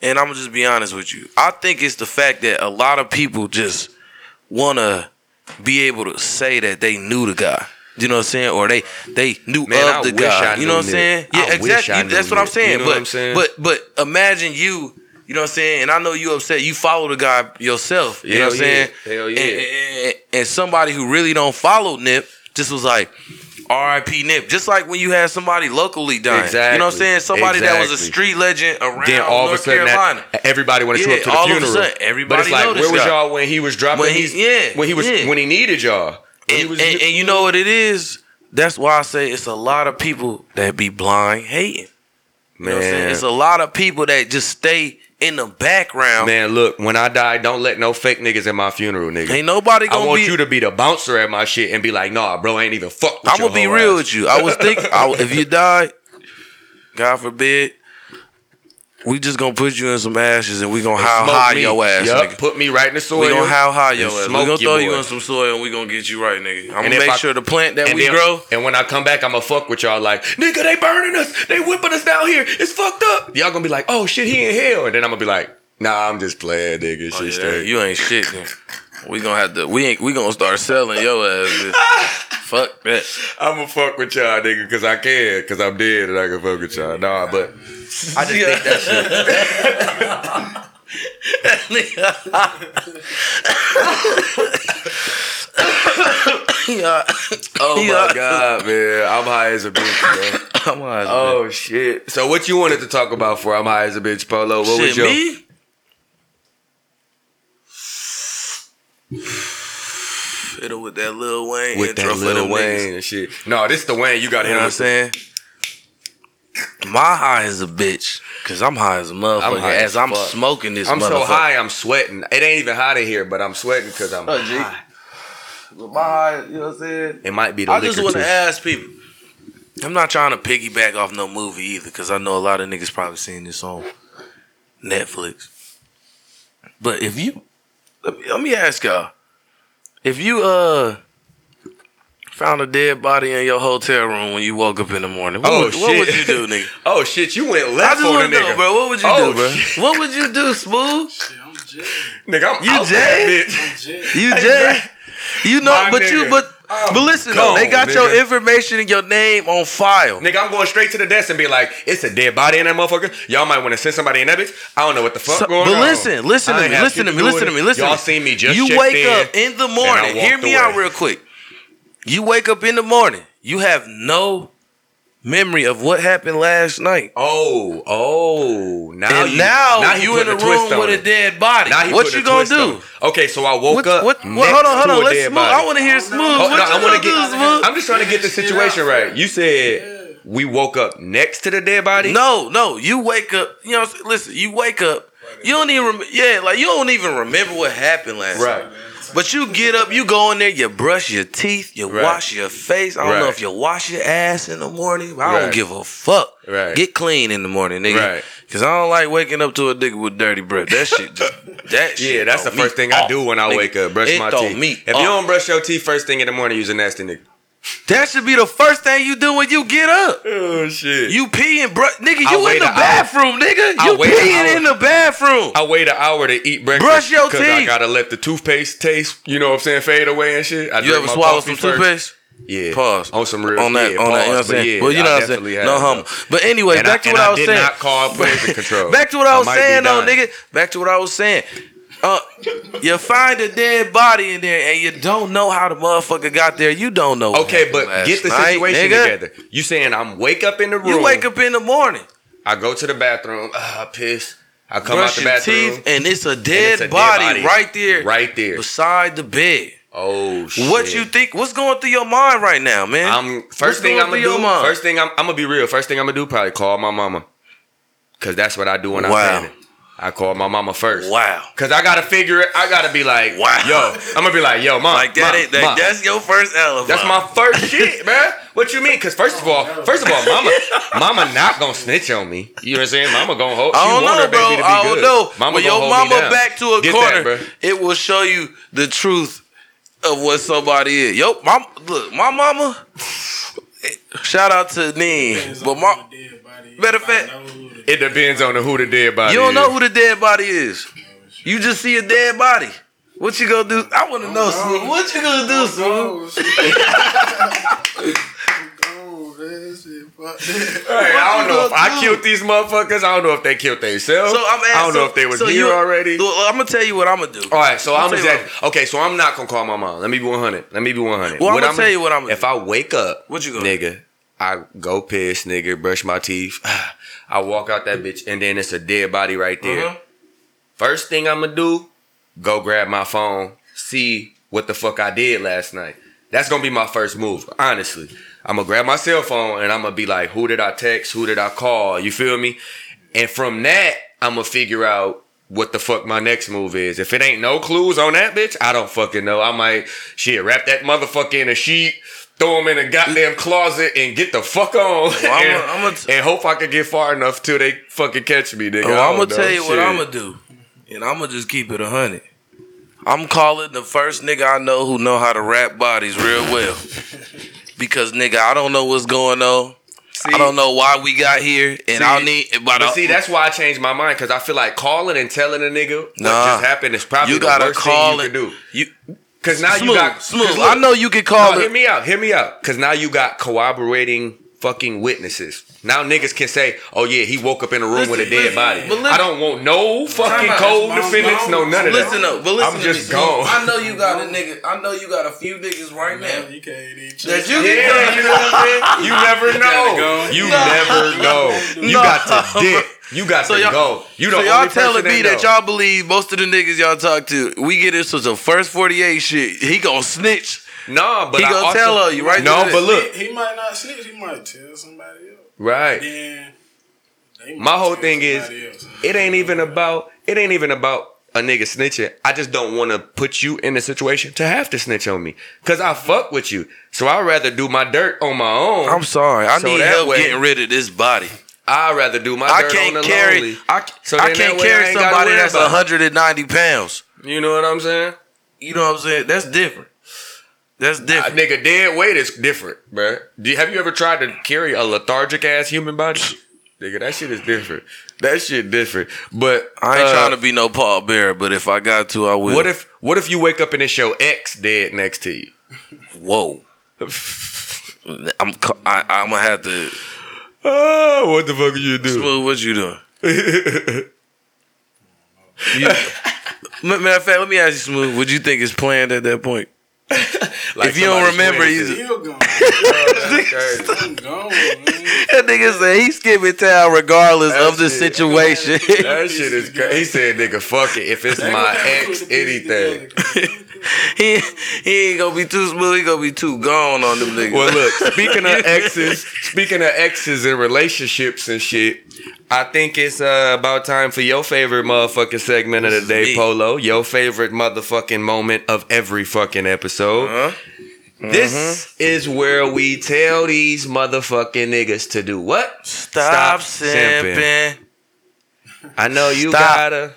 S2: And I'm gonna just be honest with you. I think it's the fact that a lot of people just wanna be able to say that they knew the guy. You know what I'm saying? Or they they knew
S1: Man, I
S2: of the
S1: wish I
S2: guy. you know
S1: knew
S2: what I'm
S1: Nip.
S2: saying?
S1: I
S2: Yeah,
S1: wish
S2: exactly.
S1: I knew
S2: That's what I'm
S1: Nip.
S2: saying.
S1: You know
S2: but,
S1: what I'm saying?
S2: But but imagine you, you know what I'm saying? And I know you upset. You follow the guy yourself. You know
S1: Hell
S2: what I'm saying?
S1: yeah. Hell
S2: And-
S1: yeah.
S2: And, and- and somebody who really don't follow Nip just was like, R.I.P. Nip. Just like when you had somebody locally dying. You know what I'm
S1: Exactly.
S2: saying? Somebody that was a
S1: Exactly.
S2: street legend around
S1: Then all of
S2: North
S1: a sudden,
S2: Carolina.
S1: that, everybody want to show
S2: Yeah,
S1: up to the
S2: all of a
S1: funeral.
S2: sudden,
S1: but
S2: everybody
S1: it's like,
S2: know this
S1: where was
S2: guy.
S1: y'all when he was dropping?
S2: When he-
S1: his,
S2: yeah,
S1: when he was
S2: yeah.
S1: when he needed y'all. When he
S2: and,
S1: was-
S2: and, and you know what it is? That's why I say it's a lot of people that be blind hating. You know what I'm saying?
S1: man,
S2: It's a lot of people that just stay in the background.
S1: man, look, when I die, don't let no fake niggas at my funeral, nigga.
S2: Ain't nobody
S1: I
S2: gonna
S1: want
S2: be.
S1: you to be the bouncer at my shit and be like, nah, bro, I ain't even fuck with
S2: I'm
S1: your
S2: gonna be
S1: hoe
S2: real
S1: ass.
S2: with you. I was thinking, I, if you die, God forbid, we just gonna put you in some ashes and we gonna how
S1: Smoke
S2: high
S1: me.
S2: your ass,
S1: Yup,
S2: nigga.
S1: Put me right in the soil.
S2: We gonna how high your
S1: and
S2: ass. We
S1: smoke
S2: gonna
S1: your
S2: throw you
S1: boy.
S2: in some soil and we gonna get you right, nigga.
S1: And
S2: I'm gonna
S1: if
S2: make
S1: I-
S2: sure the plant that
S1: And
S2: we
S1: then-
S2: grow.
S1: And when I come back, I'ma fuck with y'all like, nigga, they burning us. They whipping us down here. It's fucked up. Y'all gonna be like, oh shit, he in hell. And then I'm gonna be like, nah, I'm just playing, nigga. Shit
S2: Oh, yeah,
S1: straight.
S2: you ain't shit. Then. We gonna have to. We ain't. We gonna start selling your ass. bitch. Fuck that.
S1: I'ma fuck with y'all, nigga, cause I can, cause I'm dead and I can fuck with y'all. Nah, but I just think that shit.
S2: yeah.
S1: Oh
S2: Yeah.
S1: my god, man. I'm high as a bitch, bro.
S2: Come on. man.
S1: Oh shit! So what you wanted to talk about for I'm high as a bitch, Polo? What
S2: shit,
S1: was your?
S2: me? Fiddle with that Lil Wayne
S1: With
S2: intro
S1: that
S2: for
S1: Lil
S2: them
S1: Wayne
S2: niggas.
S1: and shit. No, this the Wayne you got
S2: You
S1: him.
S2: know what I'm
S1: with.
S2: saying? My high is a bitch, cause I'm high as a motherfucker.
S1: high
S2: as
S1: as
S2: I'm
S1: fuck.
S2: smoking this,
S1: I'm
S2: motherfucker.
S1: so high, I'm sweating. It ain't even hot in here, but I'm sweating because I'm.
S2: Oh, G. My high, you know what I'm saying?
S1: It might be the
S2: I
S1: liquor
S2: just want
S1: too.
S2: to ask people. I'm not trying to piggyback off no movie either, because I know a lot of niggas probably seen this on Netflix. But if you, let me, let me ask y'all, if you uh found a dead body in your hotel room when you woke up in the morning, what,
S1: Oh,
S2: would, what would you
S1: shit.
S2: do, nigga?
S1: Oh shit! You went
S2: I
S1: left
S2: just
S1: on
S2: want
S1: the
S2: to know,
S1: nigga,
S2: bro. What would you
S1: Oh,
S2: do, bro?
S1: shit.
S2: What would you do, smooth?
S3: Shit, I'm jail.
S1: Nigga, I'm
S2: You
S1: out that
S2: dead?
S1: bitch.
S3: Jail.
S2: You Jay, you know,
S1: My
S2: but you,
S1: nigga.
S2: but
S1: I'm
S2: but listen though, they
S1: gone,
S2: got your
S1: nigga.
S2: information and your name on file.
S1: Nigga, I'm going straight to the desk and be like, "It's a dead body in that motherfucker." Y'all might want to send somebody in that bitch. I don't know what the fuck
S2: So-
S1: going
S2: but
S1: on.
S2: listen, listen
S1: I
S2: to
S1: ain't
S2: me,
S1: have shit
S2: listen to me,
S1: do with
S2: listen to
S1: it.
S2: me, listen.
S1: Y'all
S2: to
S1: seen me just
S2: You
S1: checked
S2: wake
S1: in.
S2: up in the
S1: and
S2: morning.
S1: I
S2: Hear
S1: walked
S2: me out
S1: away.
S2: real quick. You wake up in the morning. You have no memory of what happened last night.
S1: Oh, oh! Now
S2: and
S1: you,
S2: now,
S1: he
S2: you in
S1: putting
S2: a
S1: twist
S2: room
S1: on
S2: with
S1: it.
S2: a dead body.
S1: Now he
S2: What
S1: putting
S2: you
S1: a
S2: gonna
S1: twist on
S2: do?
S1: it. Okay, so I woke
S2: What,
S1: up.
S2: what, what,
S1: next
S2: hold on, hold
S1: to
S2: on.
S1: a
S2: Let's
S1: dead
S2: smooth.
S1: body.
S2: I want to hear smooth.
S1: Oh,
S2: what
S1: no,
S2: you
S1: I
S2: gonna
S1: want to
S2: do, smooth?
S1: get. I'm just trying to get the situation right. You said we woke up next to the dead body.
S2: No, no. You wake up. You know. what I'm saying? Listen. You wake up. You don't even. Rem- yeah. Like you don't even remember what happened last
S1: right.
S2: night. But you get up. You go in there. You brush your teeth. You
S1: Right.
S2: wash your face. I don't know
S1: Right.
S2: if you wash your ass in the morning. I don't
S1: Right.
S2: give a fuck.
S1: Right.
S2: Get clean in the morning, nigga.
S1: Right.
S2: Cause I don't like waking up to a nigga with dirty breath. That shit. Just, that shit.
S1: Yeah, that's the
S2: throw
S1: first
S2: me
S1: thing I
S2: off,
S1: do when I
S2: nigga.
S1: wake up. Brush
S2: It
S1: my
S2: throw
S1: teeth.
S2: Me
S1: if you don't brush your teeth first thing in the morning, you's a nasty nigga.
S2: That should be the first thing you do when you get up.
S1: Oh shit.
S2: You peeing, bro, nigga.
S1: I
S2: You in
S1: wait
S2: the
S1: an hour.
S2: bathroom, nigga.
S1: I
S2: You
S1: wait an
S2: peeing
S1: hour.
S2: in the bathroom.
S1: I wait an hour to eat breakfast.
S2: Brush your
S1: Cause I
S2: teeth.
S1: gotta let the toothpaste taste, you know what I'm saying, fade away and shit. I
S2: You
S1: drink
S2: ever
S1: my
S2: swallow
S1: coffee
S2: some
S1: first.
S2: toothpaste?
S1: Yeah.
S2: Pause.
S1: On some real
S2: on that,
S1: yeah,
S2: on that. You know what I'm
S1: pause, but
S2: saying?
S1: yeah,
S2: well, you know
S1: I
S2: what I'm
S1: definitely had
S2: saying. No
S1: it,
S2: humble.
S1: though.
S2: But anyway,
S1: And
S2: back
S1: I,
S2: to
S1: and
S2: what I,
S1: I
S2: was
S1: did
S2: saying.
S1: Not call players in control.
S2: Back to what I was
S1: might be
S2: saying though,
S1: dying.
S2: nigga. Back to what I was saying. Uh, you find a dead body in there and you don't know how the motherfucker got there. You don't know. what
S1: Okay,
S2: happened
S1: but
S2: last
S1: get the
S2: night,
S1: situation
S2: nigga.
S1: together. You saying I'm wake up in the room.
S2: You wake up in the morning,
S1: I go to the bathroom. Uh, I piss. I come out
S2: brush
S1: the
S2: your
S1: bathroom.
S2: teeth, and it's a
S1: and
S2: dead,
S1: it's a dead
S2: body, right there,
S1: Right there.
S2: beside the bed.
S1: Oh shit.
S2: What you think? What's going through your mind right now, man?
S1: I'm first
S2: What's
S1: thing
S2: going
S1: I'm gonna
S2: through your
S1: do.
S2: mind?
S1: First thing I'm, I'm gonna be real. First thing I'm gonna do probably call my mama, cause that's what I do when
S2: Wow.
S1: I panic. I call my mama first.
S2: wow.
S1: Cause I gotta figure it. I gotta be like,
S2: Wow.
S1: yo, I'm gonna be like, yo, mom,
S2: Like that
S1: mom,
S2: ain't that,
S1: mom.
S2: that's your first elephant.
S1: That's my first shit, man. What you mean? Cause first of all, first of all, mama, mama not gonna snitch on me. You know what I'm saying? Mama gonna hold.
S2: I
S1: she
S2: don't
S1: want her
S2: know, bro.
S1: baby to be
S2: I don't
S1: good.
S2: know.
S1: Mama gonna
S2: when your
S1: hold me
S2: mama
S1: down.
S2: back to a
S1: Get
S2: corner,
S1: that, bruh.
S2: it will show you the truth of what somebody is. Yo, mom, look, my mama. Shout out to Neen, but my, matter of fact,
S1: It depends on the who the dead body.
S2: you don't
S1: is.
S2: know who the dead body is. You just see a dead body. What you gonna do? I want to know, Slim. What you gonna do, Slim?
S3: Oh,
S1: Hey, I don't
S2: you
S1: know if
S2: gonna
S1: I
S2: do?
S1: killed these motherfuckers. I don't know if they killed themselves.
S2: So I'm asking.
S1: I don't know if they was
S2: so
S1: here
S2: you,
S1: already.
S2: I'm gonna tell you what I'm gonna do.
S1: All right, so
S2: I'll
S1: I'm
S2: tell you
S1: exact. Okay, so I'm not gonna call my mom. Let me be 100. Let me be 100.
S2: Well, I'ma tell you what I'ma
S1: If I wake up,
S2: What you gonna do?
S1: nigga, I go piss, nigga, brush my teeth. I walk out that bitch, and then it's a dead body right there.
S2: Mhm.
S1: First thing I'm gonna do, go grab my phone, see what the fuck I did last night. That's gonna be my first move, honestly. I'm gonna grab my cell phone and I'm gonna be like, who did I text? Who did I call? You feel me? And from that, I'm gonna figure out what the fuck my next move is. If it ain't no clues on that bitch, I don't fucking know. I might, shit, wrap that motherfucker in a sheet, throw him in a goddamn closet and get the fuck on.
S2: I'ma-
S1: and,
S2: I'ma t-
S1: and hope I can get far enough till they fucking catch me, nigga.
S2: I'm
S1: I
S2: gonna
S1: don't
S2: tell
S1: know.
S2: you what
S1: Shit.
S2: I'm gonna do, and I'm gonna just keep it a hundred. I'm calling the first nigga I know who know how to rap bodies real well, because nigga, I don't know what's going on. I
S1: See?
S2: don't know why we got here, and I
S1: See,
S2: need. But,
S1: But
S2: I-
S1: see, that's why I changed my mind because I feel like calling and telling a nigga
S2: Nah.
S1: what just happened is probably
S2: you
S1: the
S2: gotta
S1: worst
S2: call
S1: thing
S2: it.
S1: you can do.
S2: You,
S1: Because now
S2: smooth,
S1: you got
S2: smooth.
S1: 'cause look,
S2: I know you can
S1: no,
S2: call
S1: hear
S2: it.
S1: me out. Hear me out. Because now you got corroborating fucking witnesses. Now niggas can say, "Oh yeah, he woke up in a room with a
S2: Listen,
S1: dead
S2: listen,
S1: body."
S2: but listen-
S1: I don't want no fucking
S2: out.
S1: cold
S3: Mom,
S1: defendants,
S3: mom,
S1: no none of that.
S2: Listen up, but listen
S1: I'm
S2: to me,
S1: just
S2: Slim.
S1: gone.
S2: I know you got a nigga. I know you got a few niggas right now
S3: You can't eat
S2: that
S3: chicken.
S2: you can call.
S1: Yeah, you know what I'm saying? You never know.
S3: gotta go.
S1: You
S2: No.
S1: never know. You
S2: No.
S1: got to dip. You got
S2: So
S1: to
S2: y'all-
S1: go. You the
S2: so y'all
S1: only
S2: telling
S1: person
S2: me that
S1: know.
S2: y'all believe most of the niggas y'all talk to, we get into some first 48 shit. He gonna snitch.
S1: Nah, but
S2: He
S1: I
S2: gonna
S1: also-
S2: tell on you right
S1: No,
S2: there.
S1: but look,
S3: He, he might not snitch. He might tell somebody else.
S1: right.
S3: Then they might
S1: My whole
S3: tell
S1: thing is,
S3: somebody else.
S1: it ain't even about. It ain't even about a nigga snitching. I just don't want to put you in a situation to have to snitch on me, cause I fuck with you. So I'd rather do my dirt on my own.
S2: I'm sorry. I
S1: So
S2: need
S1: that
S2: help
S1: way-
S2: getting rid of this body.
S1: I'd rather do my
S2: I
S1: dirt
S2: can't
S1: on the
S2: carry.
S1: lonely.
S2: I,
S1: So
S2: I
S1: then
S2: can't
S1: that way I
S2: carry
S1: ain't gotta
S2: somebody
S1: worry
S2: that's
S1: about it.
S2: 190 pounds.
S1: You know what I'm saying?
S2: You know what I'm saying? That's different. That's
S1: A
S2: different.
S1: nigga dead weight is different, bruh. Do you, have you ever tried to carry a lethargic ass human body? Nigga, that shit is different. That shit different. But
S2: I ain't
S1: uh,
S2: trying to be no Paul Bear, but if I got to, I will.
S1: What if what if you wake up and it's your ex dead next to you?
S2: Whoa. I'm. ca- I, I'm gonna have to. Ah,
S1: Oh, what the fuck are you doing?
S2: Smooth, what you doing? You, Ma- matter of fact, let me ask you, Smooth. Would you think it's planned at that point?
S1: Like
S2: If you don't
S1: somebody's
S2: remember,
S1: twin.
S2: you-
S3: Still gone.
S1: That's crazy.
S3: Still gone, man.
S2: That nigga said he skipping town regardless of the
S1: That shit.
S2: situation.
S1: that shit is crazy. He said, "Nigga, fuck it. If it's my ex, anything."
S2: he, he ain't gonna be too smooth. He gonna be too gone on them niggas.
S1: Well, look. Speaking of exes, speaking of exes and relationships and shit, I think it's uh, about time for your favorite motherfucking segment of the day,
S2: me.
S1: Polo. Your favorite motherfucking moment of every fucking episode.
S2: Huh?
S1: Uh-huh. This is where we tell these motherfucking niggas to do what? Stop
S2: Stop,
S1: simping.
S2: simping.
S1: I know you
S2: Stop.
S1: gotta.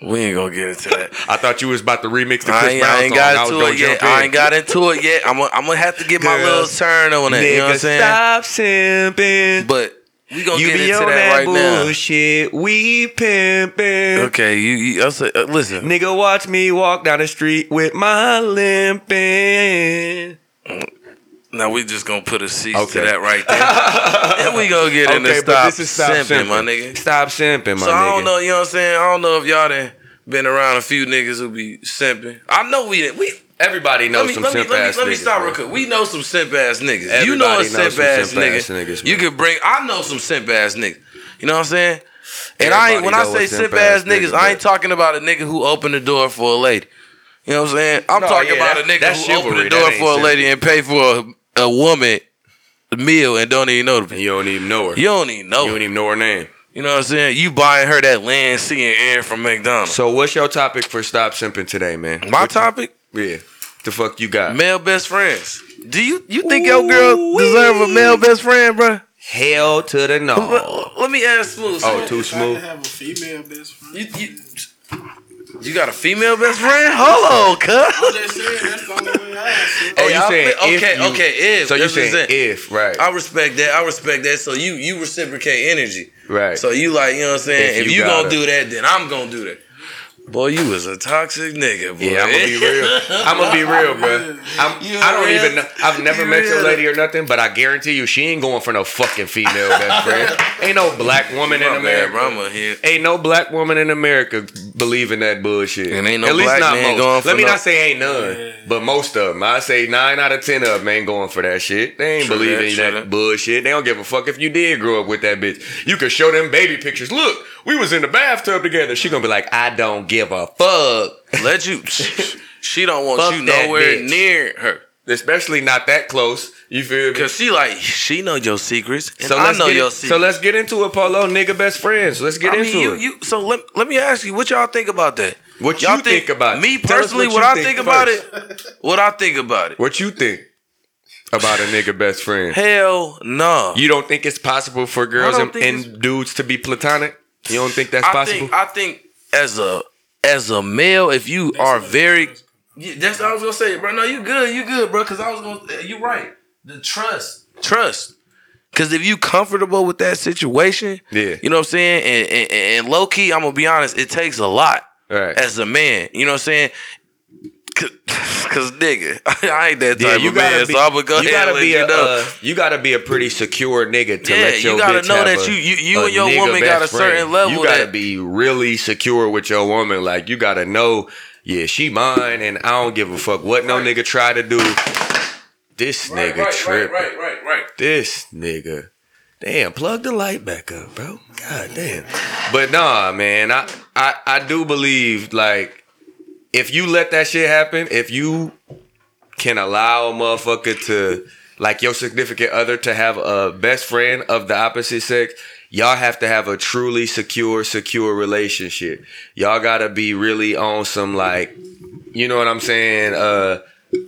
S2: We ain't gonna get into that.
S1: I thought you was about to remix the Chris
S2: I ain't,
S1: Brown
S2: I ain't
S1: song. I
S2: got
S1: was
S2: into
S1: gonna
S2: it yet.
S1: jump in.
S2: I ain't got into it yet. I'm gonna I'm gonna have to get my
S1: Girl,
S2: little turn on it. You know what I'm saying?
S1: Stop simping.
S2: But we gonna
S1: you
S2: get
S1: be
S2: into
S1: on
S2: that,
S1: that,
S2: right
S1: bullshit. We pimping.
S2: now. Okay, you, you I said, uh, listen.
S1: Nigga, watch me walk down the street with my limping.
S2: Now we just gonna put a cease
S1: Okay.
S2: to that right there. and we gonna get into stop, simping, my nigga.
S1: Stop simping, my
S2: so
S1: nigga.
S2: I don't know, you know what I'm saying? I don't know if y'all done been around a few niggas who be simping. I know we didn't. We
S1: Everybody knows
S2: let me,
S1: some
S2: let me,
S1: simp
S2: let me,
S1: ass
S2: let me
S1: niggas,
S2: stop
S1: bro.
S2: real quick. We know some simp ass niggas. you
S1: Everybody
S2: know a
S1: knows
S2: simp
S1: some
S2: ass
S1: simp
S2: nigga.
S1: ass niggas,
S2: you
S1: man.
S2: could bring. I know some simp ass niggas. You know what I'm saying? And I ain't,
S1: Everybody
S2: when I
S1: know
S2: say
S1: a simp
S2: simp ass
S1: ass
S2: niggas,
S1: nigga,
S2: I ain't
S1: bro.
S2: talking about a nigga who opened the door for a lady. You know what I'm saying? I'm
S1: No, yeah,
S2: talking about a
S1: that-
S2: nigga
S1: that's
S2: who opened the
S1: chivalry. That
S2: door
S1: ain't
S2: for a
S1: simp.
S2: lady and paid for a, a woman meal and don't even know the
S1: And you don't even know her.
S2: You don't even know.
S1: You
S2: her.
S1: don't even know her name.
S2: You know what I'm saying? You buying her that land, seeing air from McDonald's.
S1: So what's your topic for stop simping today, man? What
S2: My
S1: you-
S2: topic:
S1: Yeah. The fuck you got?
S2: male best friends. Do you you think your girl deserve a male best friend, bruh?
S1: Hell to the no.
S2: Let, let me ask Smooth.
S1: Oh,
S2: Smooth,
S1: too
S3: If I
S1: smooth.
S3: could have a female best friend.
S2: you, you, you got a female best friend? Hold on,
S3: I'm
S2: cuz.
S3: just saying that's the only way I have.
S1: Oh,
S3: bro.
S1: you
S2: I
S1: saying
S2: feel-
S1: if
S2: okay,
S1: you-
S2: okay, if
S1: So you
S2: that's what I'm
S1: saying
S2: saying.
S1: if, right?
S2: I respect that. I respect that. So you you reciprocate energy.
S1: Right.
S2: So you like, you know what I'm saying? If,
S1: If
S2: you,
S1: you got
S2: gonna
S1: it.
S2: do that, then I'm gonna do that. Boy, you was a toxic nigga, boy.
S1: Yeah, I'm gonna be real. I'm gonna be real, bro. I'm,
S2: You
S1: I don't
S2: real?
S1: even. know. I've never
S2: You
S1: met your
S2: real?
S1: lady or nothing, but I guarantee you, she ain't going for no fucking female best friend. ain't no black woman in
S2: My bad,
S1: America.
S2: bro. I'm a hit.
S1: Ain't no black woman in America believing that bullshit.
S2: And ain't no
S1: At least
S2: black
S1: not most.
S2: man going for
S1: Let me
S2: no-
S1: not say ain't none, but most of them. I say nine out of ten of them ain't going for that shit. They ain't
S2: True
S1: believing
S2: that,
S1: in
S2: true
S1: that,
S2: that.
S1: bullshit. They don't give a fuck if you did grow up with that bitch. You could show them baby pictures. Look, we was in the bathtub together. She gonna be like, I don't give a fuck.
S2: Let you. She don't want
S1: Fuck
S2: you
S1: that
S2: nowhere
S1: bitch.
S2: near her.
S1: Especially not that close. You feel me?
S2: Cause she like she know your secrets, and
S1: So
S2: I
S1: let's
S2: know
S1: get
S2: your
S1: in-
S2: secrets.
S1: so let's get into it, Polo. Nigga, best friends. Let's get
S2: I
S1: into
S2: mean, you,
S1: it.
S2: you. So let, let me ask you, what y'all think about that?
S1: What
S2: y'all
S1: you think about it?
S2: Me
S1: Tell us
S2: personally,
S1: what
S2: what,
S1: you
S2: I
S1: think
S2: think, about it, what I think about it.
S1: what you think about a nigga best friend?
S2: Hell no.
S1: You don't think it's possible for girls
S2: don't
S1: and,
S2: think
S1: and dudes to be platonic? You don't think that's
S2: I
S1: possible?
S2: think I think as a as a male, if you are very, Yeah, that's what I was gonna say, bro. No, you good, you good, bro. Cause I was gonna, eh, you right. The trust, trust. Cause if you comfortable with that situation,
S1: Yeah.
S2: you know what I'm saying. And and, and low key, I'm gonna be honest, it takes a lot
S1: All right.
S2: as a man. You know what I'm saying. Cause, 'cause nigga, I ain't that type of man, so I'm gonna go
S1: you
S2: ahead
S1: gotta
S2: and let
S1: be
S2: you
S1: a,
S2: know
S1: uh, you gotta be a pretty secure nigga to
S2: yeah,
S1: let your
S2: you gotta
S1: bitch
S2: know
S1: have
S2: that
S1: a-
S2: you you, you
S1: a
S2: and your
S1: nigga
S2: woman got a
S1: best
S2: certain
S1: friend.
S2: level.
S1: You gotta
S2: that,
S1: be really secure with your woman. Like you gotta know, yeah, she mine, and I don't give a fuck what no nigga try to do. This nigga tripping.
S2: right, right, right.
S1: This nigga. Damn, plug the light back up, bro. God damn. But nah, man, I I, I do believe like if you let that shit happen, if you can allow a motherfucker to like your significant other to have a best friend of the opposite sex, y'all have to have a truly secure, secure relationship. Y'all gotta be really on some like, you know what I'm saying? Uh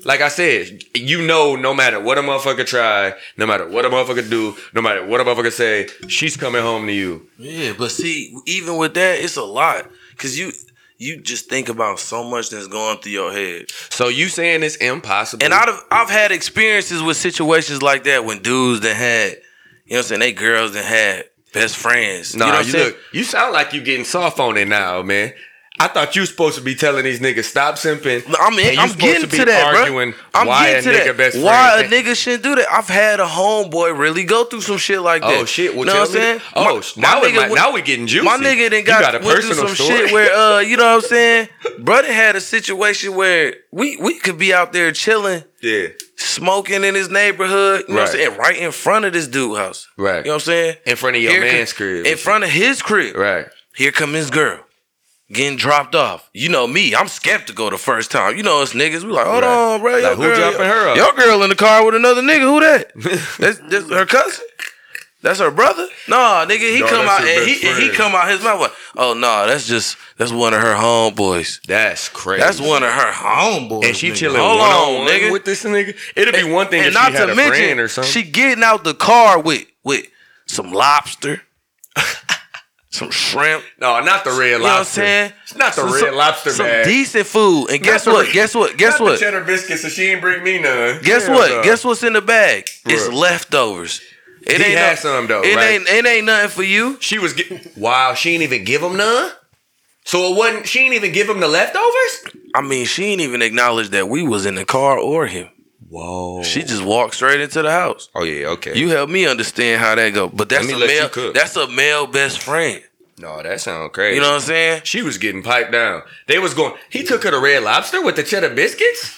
S1: like I said, you know, no matter what a motherfucker try, no matter what a motherfucker do, no matter what a motherfucker say, she's coming home to you.
S2: Yeah, but see, even with that, it's a lot because you you just think about so much that's going through your head.
S1: So you saying it's impossible?
S2: And I've I've had experiences with situations like that when dudes that had, you know, what I'm saying they girls that had best friends.
S1: Nah,
S2: you
S1: you,
S2: know what I'm saying?
S1: look, you sound like you getting soft on it now, man. I thought you supposed to be telling these niggas stop simping.
S2: No, I'm,
S1: and
S2: in,
S1: you
S2: I'm
S1: supposed
S2: getting
S1: be
S2: to that,
S1: arguing
S2: bro. I'm
S1: why
S2: getting
S1: a
S2: to
S1: nigga
S2: that.
S1: best friend.
S2: why a nigga shouldn't do that? I've had a homeboy really go through some shit like that.
S1: Oh shit! Well,
S2: know
S1: tell
S2: what I'm
S1: me
S2: saying?
S1: th- Oh,
S2: My-
S1: sh-
S2: my
S1: now, it
S2: nigga
S1: might-
S2: went-
S1: now we getting juicy.
S2: My nigga then
S1: You
S2: got,
S1: got a
S2: went through
S1: personal
S2: some
S1: story.
S2: shit where uh, you know what I'm saying? Brother had a situation where we we could be out there chilling,
S1: yeah,
S2: smoking in his neighborhood, you know what I'm
S1: Right.
S2: saying? Right in front of this dude house.
S1: Right.
S2: You know what I'm saying?
S1: in front of your
S2: Here
S1: man's
S2: co-
S1: crib,
S2: In front of his crib.
S1: right?
S2: Here come his girl. Getting dropped off. You know me. I'm skeptical the first time. You know us niggas. We like, hold
S1: Right.
S2: on, bro. Your
S1: Like, who
S2: girl,
S1: dropping her off?
S2: Your girl in the car with another nigga. Who that? that's, that's her cousin. That's her brother. Nah, nigga. He
S1: No,
S2: come
S1: that's
S2: out
S1: her
S2: and
S1: best
S2: he, and he
S1: friend.
S2: come out his mouth. Like, oh no, that's just that's one of her homeboys.
S1: That's crazy.
S2: That's one of her homeboys.
S1: And she
S2: nigga.
S1: chilling
S2: Hold
S1: one
S2: on,
S1: on one
S2: nigga.
S1: with this nigga. It'd be one thing
S2: and
S1: if
S2: not
S1: she had
S2: to
S1: a
S2: mention,
S1: friend or something.
S2: she getting out the car with with some lobster, some shrimp.
S1: No, not the red lobster.
S2: You know what I'm saying?
S1: It's not the
S2: Some-
S1: red
S2: some-
S1: lobster
S2: Some
S1: bag.
S2: decent food. And guess
S1: the
S2: what?
S1: red-
S2: Guess what? Guess
S1: Not
S2: what?
S1: The cheddar biscuits, so she ain't bring me none.
S2: Guess
S1: Hell
S2: what?
S1: no.
S2: Guess what's in the bag? It's
S1: Bruh.
S2: leftovers. It
S1: He had
S2: no-
S1: some, though,
S2: It
S1: right?
S2: ain't it ain't nothing for you.
S1: She was get- wow. She ain't even give him none. So it wasn't. She ain't even give him the leftovers.
S2: I mean, she ain't even acknowledge that we was in the car or him.
S1: Whoa.
S2: She just walked straight into the house.
S1: Oh yeah. Okay.
S2: You help me understand how that go. But that's
S1: me
S2: a
S1: let you
S2: male
S1: cook.
S2: that's a male best friend.
S1: no, that sounds crazy.
S2: You know what I'm saying?
S1: she was getting piped down. They was going. He took her to Red Lobster with the cheddar biscuits.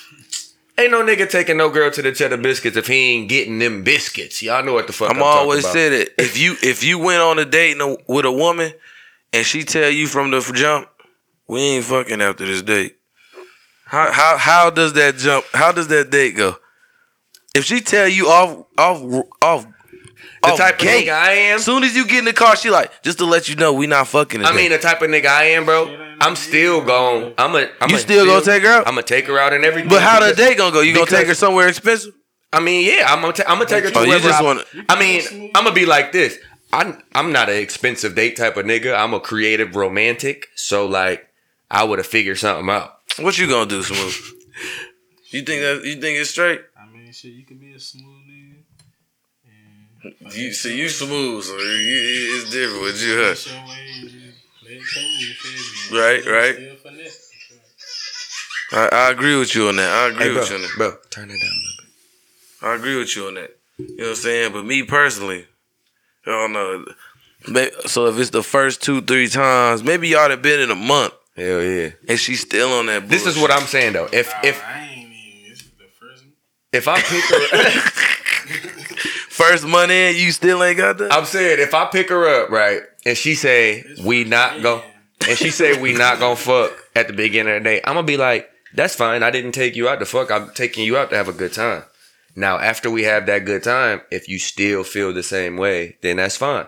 S1: Ain't no nigga taking no girl to the cheddar biscuits if he ain't getting them biscuits. Y'all know what the fuck I'm,
S2: I'm always
S1: talking about.
S2: said it. If you if you went on a date and a- with a woman and she tell you from the f- jump, we ain't fucking after this date. How how how does that jump? How does that date go? If she tell you off off off
S1: the type of Oh, nigga I am.
S2: As soon as you get in the car, she like just to let you know we not fucking. Today.
S1: I mean, the type of nigga I am, bro. I'm still going. I'm a. I'm
S2: You still gonna take her out?
S1: I'm gonna take her out and everything.
S2: but how the
S1: because-
S2: date gonna go? You gonna
S1: because-
S2: take her somewhere expensive?
S1: I mean, yeah, I'm gonna, ta- I'm gonna take her to
S2: Oh, you
S1: wherever.
S2: just
S1: I,
S2: wanna-
S1: I mean, I'm gonna be like this. I'm I'm not an expensive date type of nigga. I'm a creative romantic. So like, I would have figured something out.
S2: What you gonna do, smooth? you think that you think it's straight?
S3: I mean, shit, you could be a smooth nigga. And
S2: You see, you smooth, so you, you- it's different with you, huh?
S3: that's your way. You just play it cool. You feel me?
S2: Right, right.
S3: Still finesse.
S2: I, I agree with you on that. I agree
S1: Hey, bro,
S2: with you on that.
S1: bro, turn it down. a
S2: I agree with you on that. You know what I'm saying? But me personally, I don't know. May- So if it's the first two, three times, maybe y'all done been in a month
S1: little bit. Hell yeah.
S2: and she's still on that.
S1: This is what I'm saying though. If
S3: Nah,
S1: if
S3: I ain't even. This is the first.
S1: if I pick her,
S2: first month in, you still ain't got that.
S1: I'm saying if I pick her up right, and she say we not go, and she say we not gonna fuck at the beginning of the day, I'm gonna be like, that's fine. I didn't take you out to fuck. I'm taking you out to have a good time. Now, after we have that good time, if you still feel the same way, then that's fine.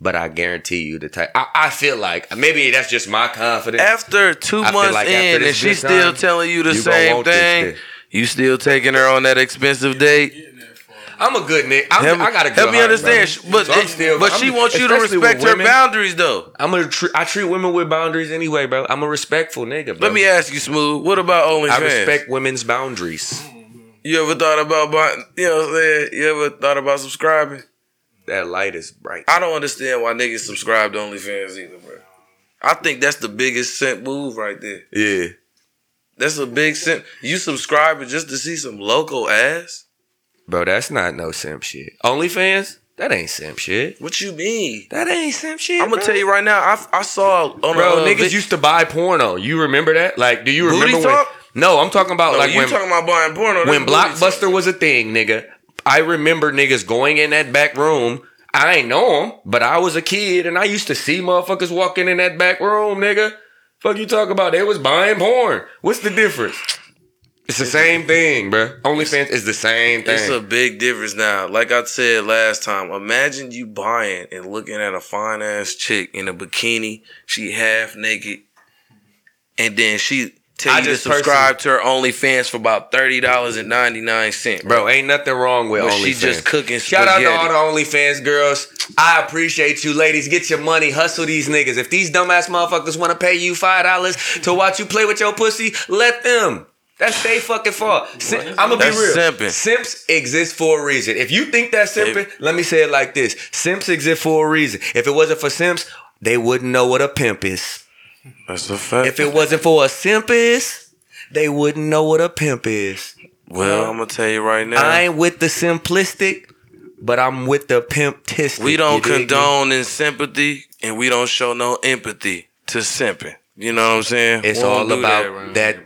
S1: But I guarantee you the type. I, I feel like maybe that's just my confidence.
S2: After two
S1: I feel
S2: months
S1: like after
S2: in,
S1: this
S2: and she's
S1: good
S2: still
S1: time,
S2: telling you the
S1: you gonna
S2: same
S1: want this
S2: thing,
S1: shit.
S2: you still taking her on that expensive date.
S3: Getting that far.
S1: I'm a good nigga. I'm,
S2: Help,
S1: I got a good
S2: help me
S1: heart,
S2: understand,
S1: brother.
S2: sh- but
S1: So I'm still-
S2: but
S1: I'm-
S2: she wants you to
S1: especially with
S2: respect her
S1: women,
S2: boundaries, though.
S1: I'm gonna. Tr- I treat women with boundaries anyway, bro. I'm a respectful nigga. Bro.
S2: Let me ask you, Smooth. What about OnlyFans?
S1: I respect women's boundaries.
S2: You ever thought about buying? You know what I'm saying? You ever thought about subscribing?
S1: That light is bright.
S2: I don't understand why niggas subscribe to OnlyFans either, bro. I think that's the biggest scent move right there.
S1: Yeah.
S2: That's a big scent. You subscribing just to see some local ass?
S1: Bro, that's not no simp shit. OnlyFans? That ain't simp shit.
S2: What you mean?
S1: That ain't simp shit.
S2: I'm gonna tell you right now. I, I saw on
S1: Bro,
S2: uh,
S1: niggas
S2: vi-
S1: used to buy porno. You remember that? Like, do you
S2: Booty
S1: remember when?
S2: talk?
S1: No, I'm talking about
S2: No,
S1: like
S2: Oh, you
S1: when
S2: talking about buying porno?
S1: when
S2: that's booty
S1: Blockbuster was a thing, nigga. I remember niggas going in that back room. I ain't know them, but I was a kid and I used to see motherfuckers walking in that back room, nigga. Fuck you talk about? They was buying porn. What's the difference? It's the same thing, bro. OnlyFans is the same
S2: It's a
S1: thing.
S2: big difference now. Like I said last time, imagine you buying and looking at a fine ass chick in a bikini. She half naked, and then she tell
S1: I
S2: you to
S1: just
S2: subscribe to her OnlyFans for about thirty dollars and ninety nine cent,
S1: Bro, ain't nothing wrong with
S2: But
S1: OnlyFans.
S2: she just cooking
S1: Shout out to all
S2: spaghetti.
S1: the OnlyFans girls. I appreciate you, ladies. Get your money. Hustle these niggas. If these dumbass motherfuckers want to pay you five dollars to watch you play with your pussy, let them. That's they fucking fault. I'm gonna be
S2: That's
S1: real.
S2: simping.
S1: Simps exist for a reason. If you think that's simping, let me say it like this: Simps exist for a reason. If it wasn't for simps, they wouldn't know what a pimp is.
S2: That's a fact.
S1: If it wasn't for a simp is, they wouldn't know what a pimp is.
S2: well, I'm gonna tell you right now,
S1: I ain't with the simplistic, but I'm with the pimptistic.
S2: we don't
S1: you dig me?
S2: condone in sympathy, and we don't show no empathy to simping. You know what I'm saying?
S1: It's
S2: We don't
S1: all
S2: do that
S1: about that,
S2: around here, bro.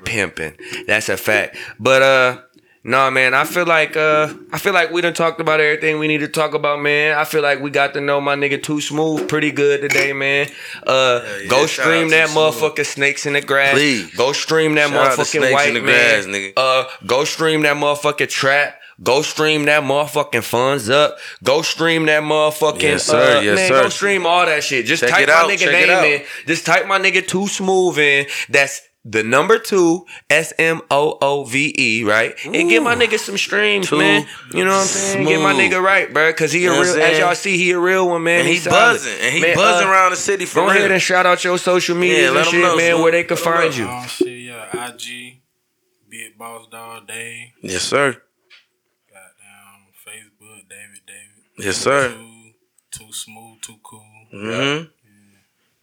S1: pimping. That's a fact. But uh nah man, I feel like uh I feel like we done talked about everything we need to talk about, man. I feel like we got to know my nigga Too Smooth pretty good today, man. Uh
S2: yeah.
S1: go
S2: Shout
S1: stream
S2: out
S1: that
S2: Too Smooth.
S1: motherfucking snakes in the grass.
S2: Please.
S1: Go stream that
S2: Shout out to Snakes
S1: motherfucking
S2: in
S1: white
S2: the
S1: man.
S2: Grass, nigga.
S1: Uh go stream that motherfucking trap. Go stream that motherfucking funds up. Go stream that motherfucking
S2: Yes, sir.
S1: uh,
S2: Yes,
S1: man,
S2: sir.
S1: go stream all that shit. Just
S2: Check
S1: type
S2: it
S1: my
S2: out.
S1: nigga
S2: Check it
S1: name
S2: out.
S1: in. Just type my nigga too smooth in. That's the number two S M O O V E, right? And give my nigga some streams,
S2: Two.
S1: man. You know what I'm saying? Get my
S2: Smooth.
S1: nigga right, bro. Cause he a
S2: You know what
S1: real.
S2: I'm
S1: As
S2: saying?
S1: y'all see, he a real one, man.
S2: And he
S1: He's solid.
S2: buzzing. And he
S1: Man,
S2: buzzing
S1: uh,
S2: around the city for
S1: Go
S2: real.
S1: ahead and shout out your social media
S2: Yeah,
S1: and
S2: let 'em
S1: shit,
S2: know,
S1: man,
S2: Snoop.
S1: where they can
S2: Let 'em
S1: find
S2: know.
S1: you.
S3: Oh shit, yeah. IG, Big Boss Dog Dave,
S2: yes, sir.
S3: goddamn Facebook, David David.
S2: Yes, sir.
S3: Too, too smooth, too cool.
S2: Mm-hmm.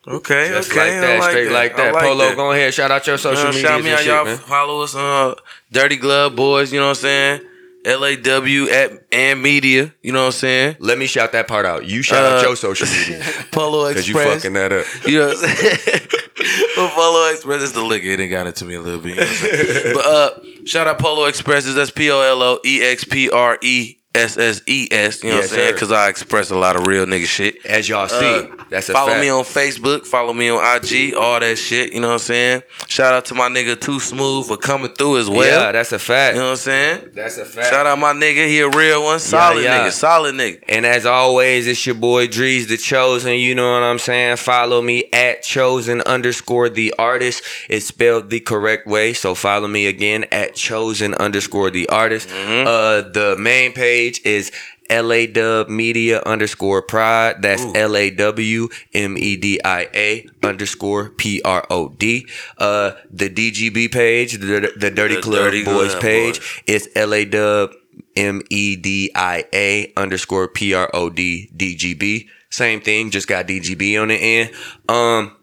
S2: Okay,
S1: Just
S2: okay.
S1: like that,
S2: I like
S1: straight
S2: that.
S1: like
S2: I
S1: that.
S2: like
S1: Polo,
S2: that.
S1: go ahead. Shout out your social
S2: Uh,
S1: media.
S2: shout me out,
S1: and shit,
S2: y'all.
S1: man.
S2: Follow us on Dirty Glove Boys. You know what I'm saying? LAW at and media. You know what I'm saying?
S1: Let me shout that part out. You shout out
S2: Uh,
S1: your social media
S2: Polo
S1: because
S2: Express.
S1: you fucking that up.
S2: You know what I'm saying? but Polo Express is the liquor. It done got it to me a little bit. You know what I'm saying? but uh, shout out Polo Expresses. That's P O L O E X P R E S S E S. You know
S1: Yes,
S2: what I'm saying?
S1: sir.
S2: Because I express a lot of real nigga shit.
S1: As y'all see,
S2: Uh,
S1: that's a
S2: follow
S1: fact.
S2: me on Facebook, follow me on IG, all that shit. You know what I'm saying? Shout out to my nigga Too Smooth for coming through as well.
S1: yeah, that's a fact.
S2: you know what I'm saying?
S1: That's a fact.
S2: Shout out my nigga, he a real one, solid
S1: yeah.
S2: nigga, solid nigga.
S1: And as always, it's your boy Drees the Chosen. You know what I'm saying? Follow me at chosen underscore the artist. It's spelled the correct way. So follow me again at chosen underscore the artist.
S2: Mm-hmm.
S1: Uh, the main page is LA Dub Media underscore Pride. That's L A W M E D I A underscore P R O D. Uh, the DGB page, the, the Dirty
S2: The
S1: Club
S2: Dirty
S1: Boys
S2: Club
S1: page.
S2: Boys.
S1: It's LA Dub M E D I A underscore P R O D D G B. Same thing, just got DGB on the end. Um,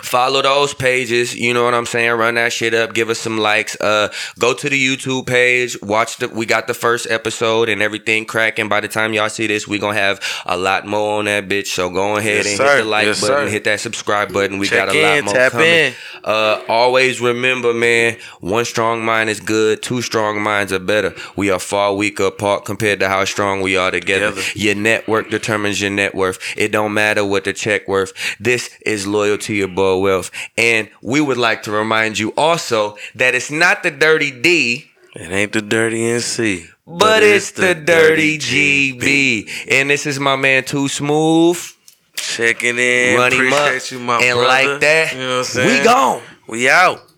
S1: follow those pages. You know what I'm saying? Run that shit up. Give us some likes. Uh, go to the YouTube page. Watch the. We got the first episode and everything cracking. By the time y'all see this, we gonna have a lot more on that bitch. So go ahead
S2: Yes,
S1: and
S2: sir.
S1: hit the like
S2: Yes,
S1: button.
S2: sir.
S1: Hit that subscribe button. We
S2: Check
S1: got a lot
S2: in,
S1: more
S2: tap
S1: coming.
S2: in.
S1: Uh, always remember, man, one strong mind is good, two strong minds are better. We are far weaker apart compared to how strong we are together.
S2: Together.
S1: Your network determines your net worth. It don't matter what the check worth. This is loyalty above wealth. And we would like to remind you also that it's not the dirty D.
S2: It ain't the dirty NC,
S1: But, it's, the, dirty GB. And this is my man Too Smooth.
S2: Checking in,
S1: Run him
S2: appreciate
S1: up.
S2: you, my
S1: and
S2: brother.
S1: like that,
S2: You know what I'm saying?
S1: we gone.
S2: we out.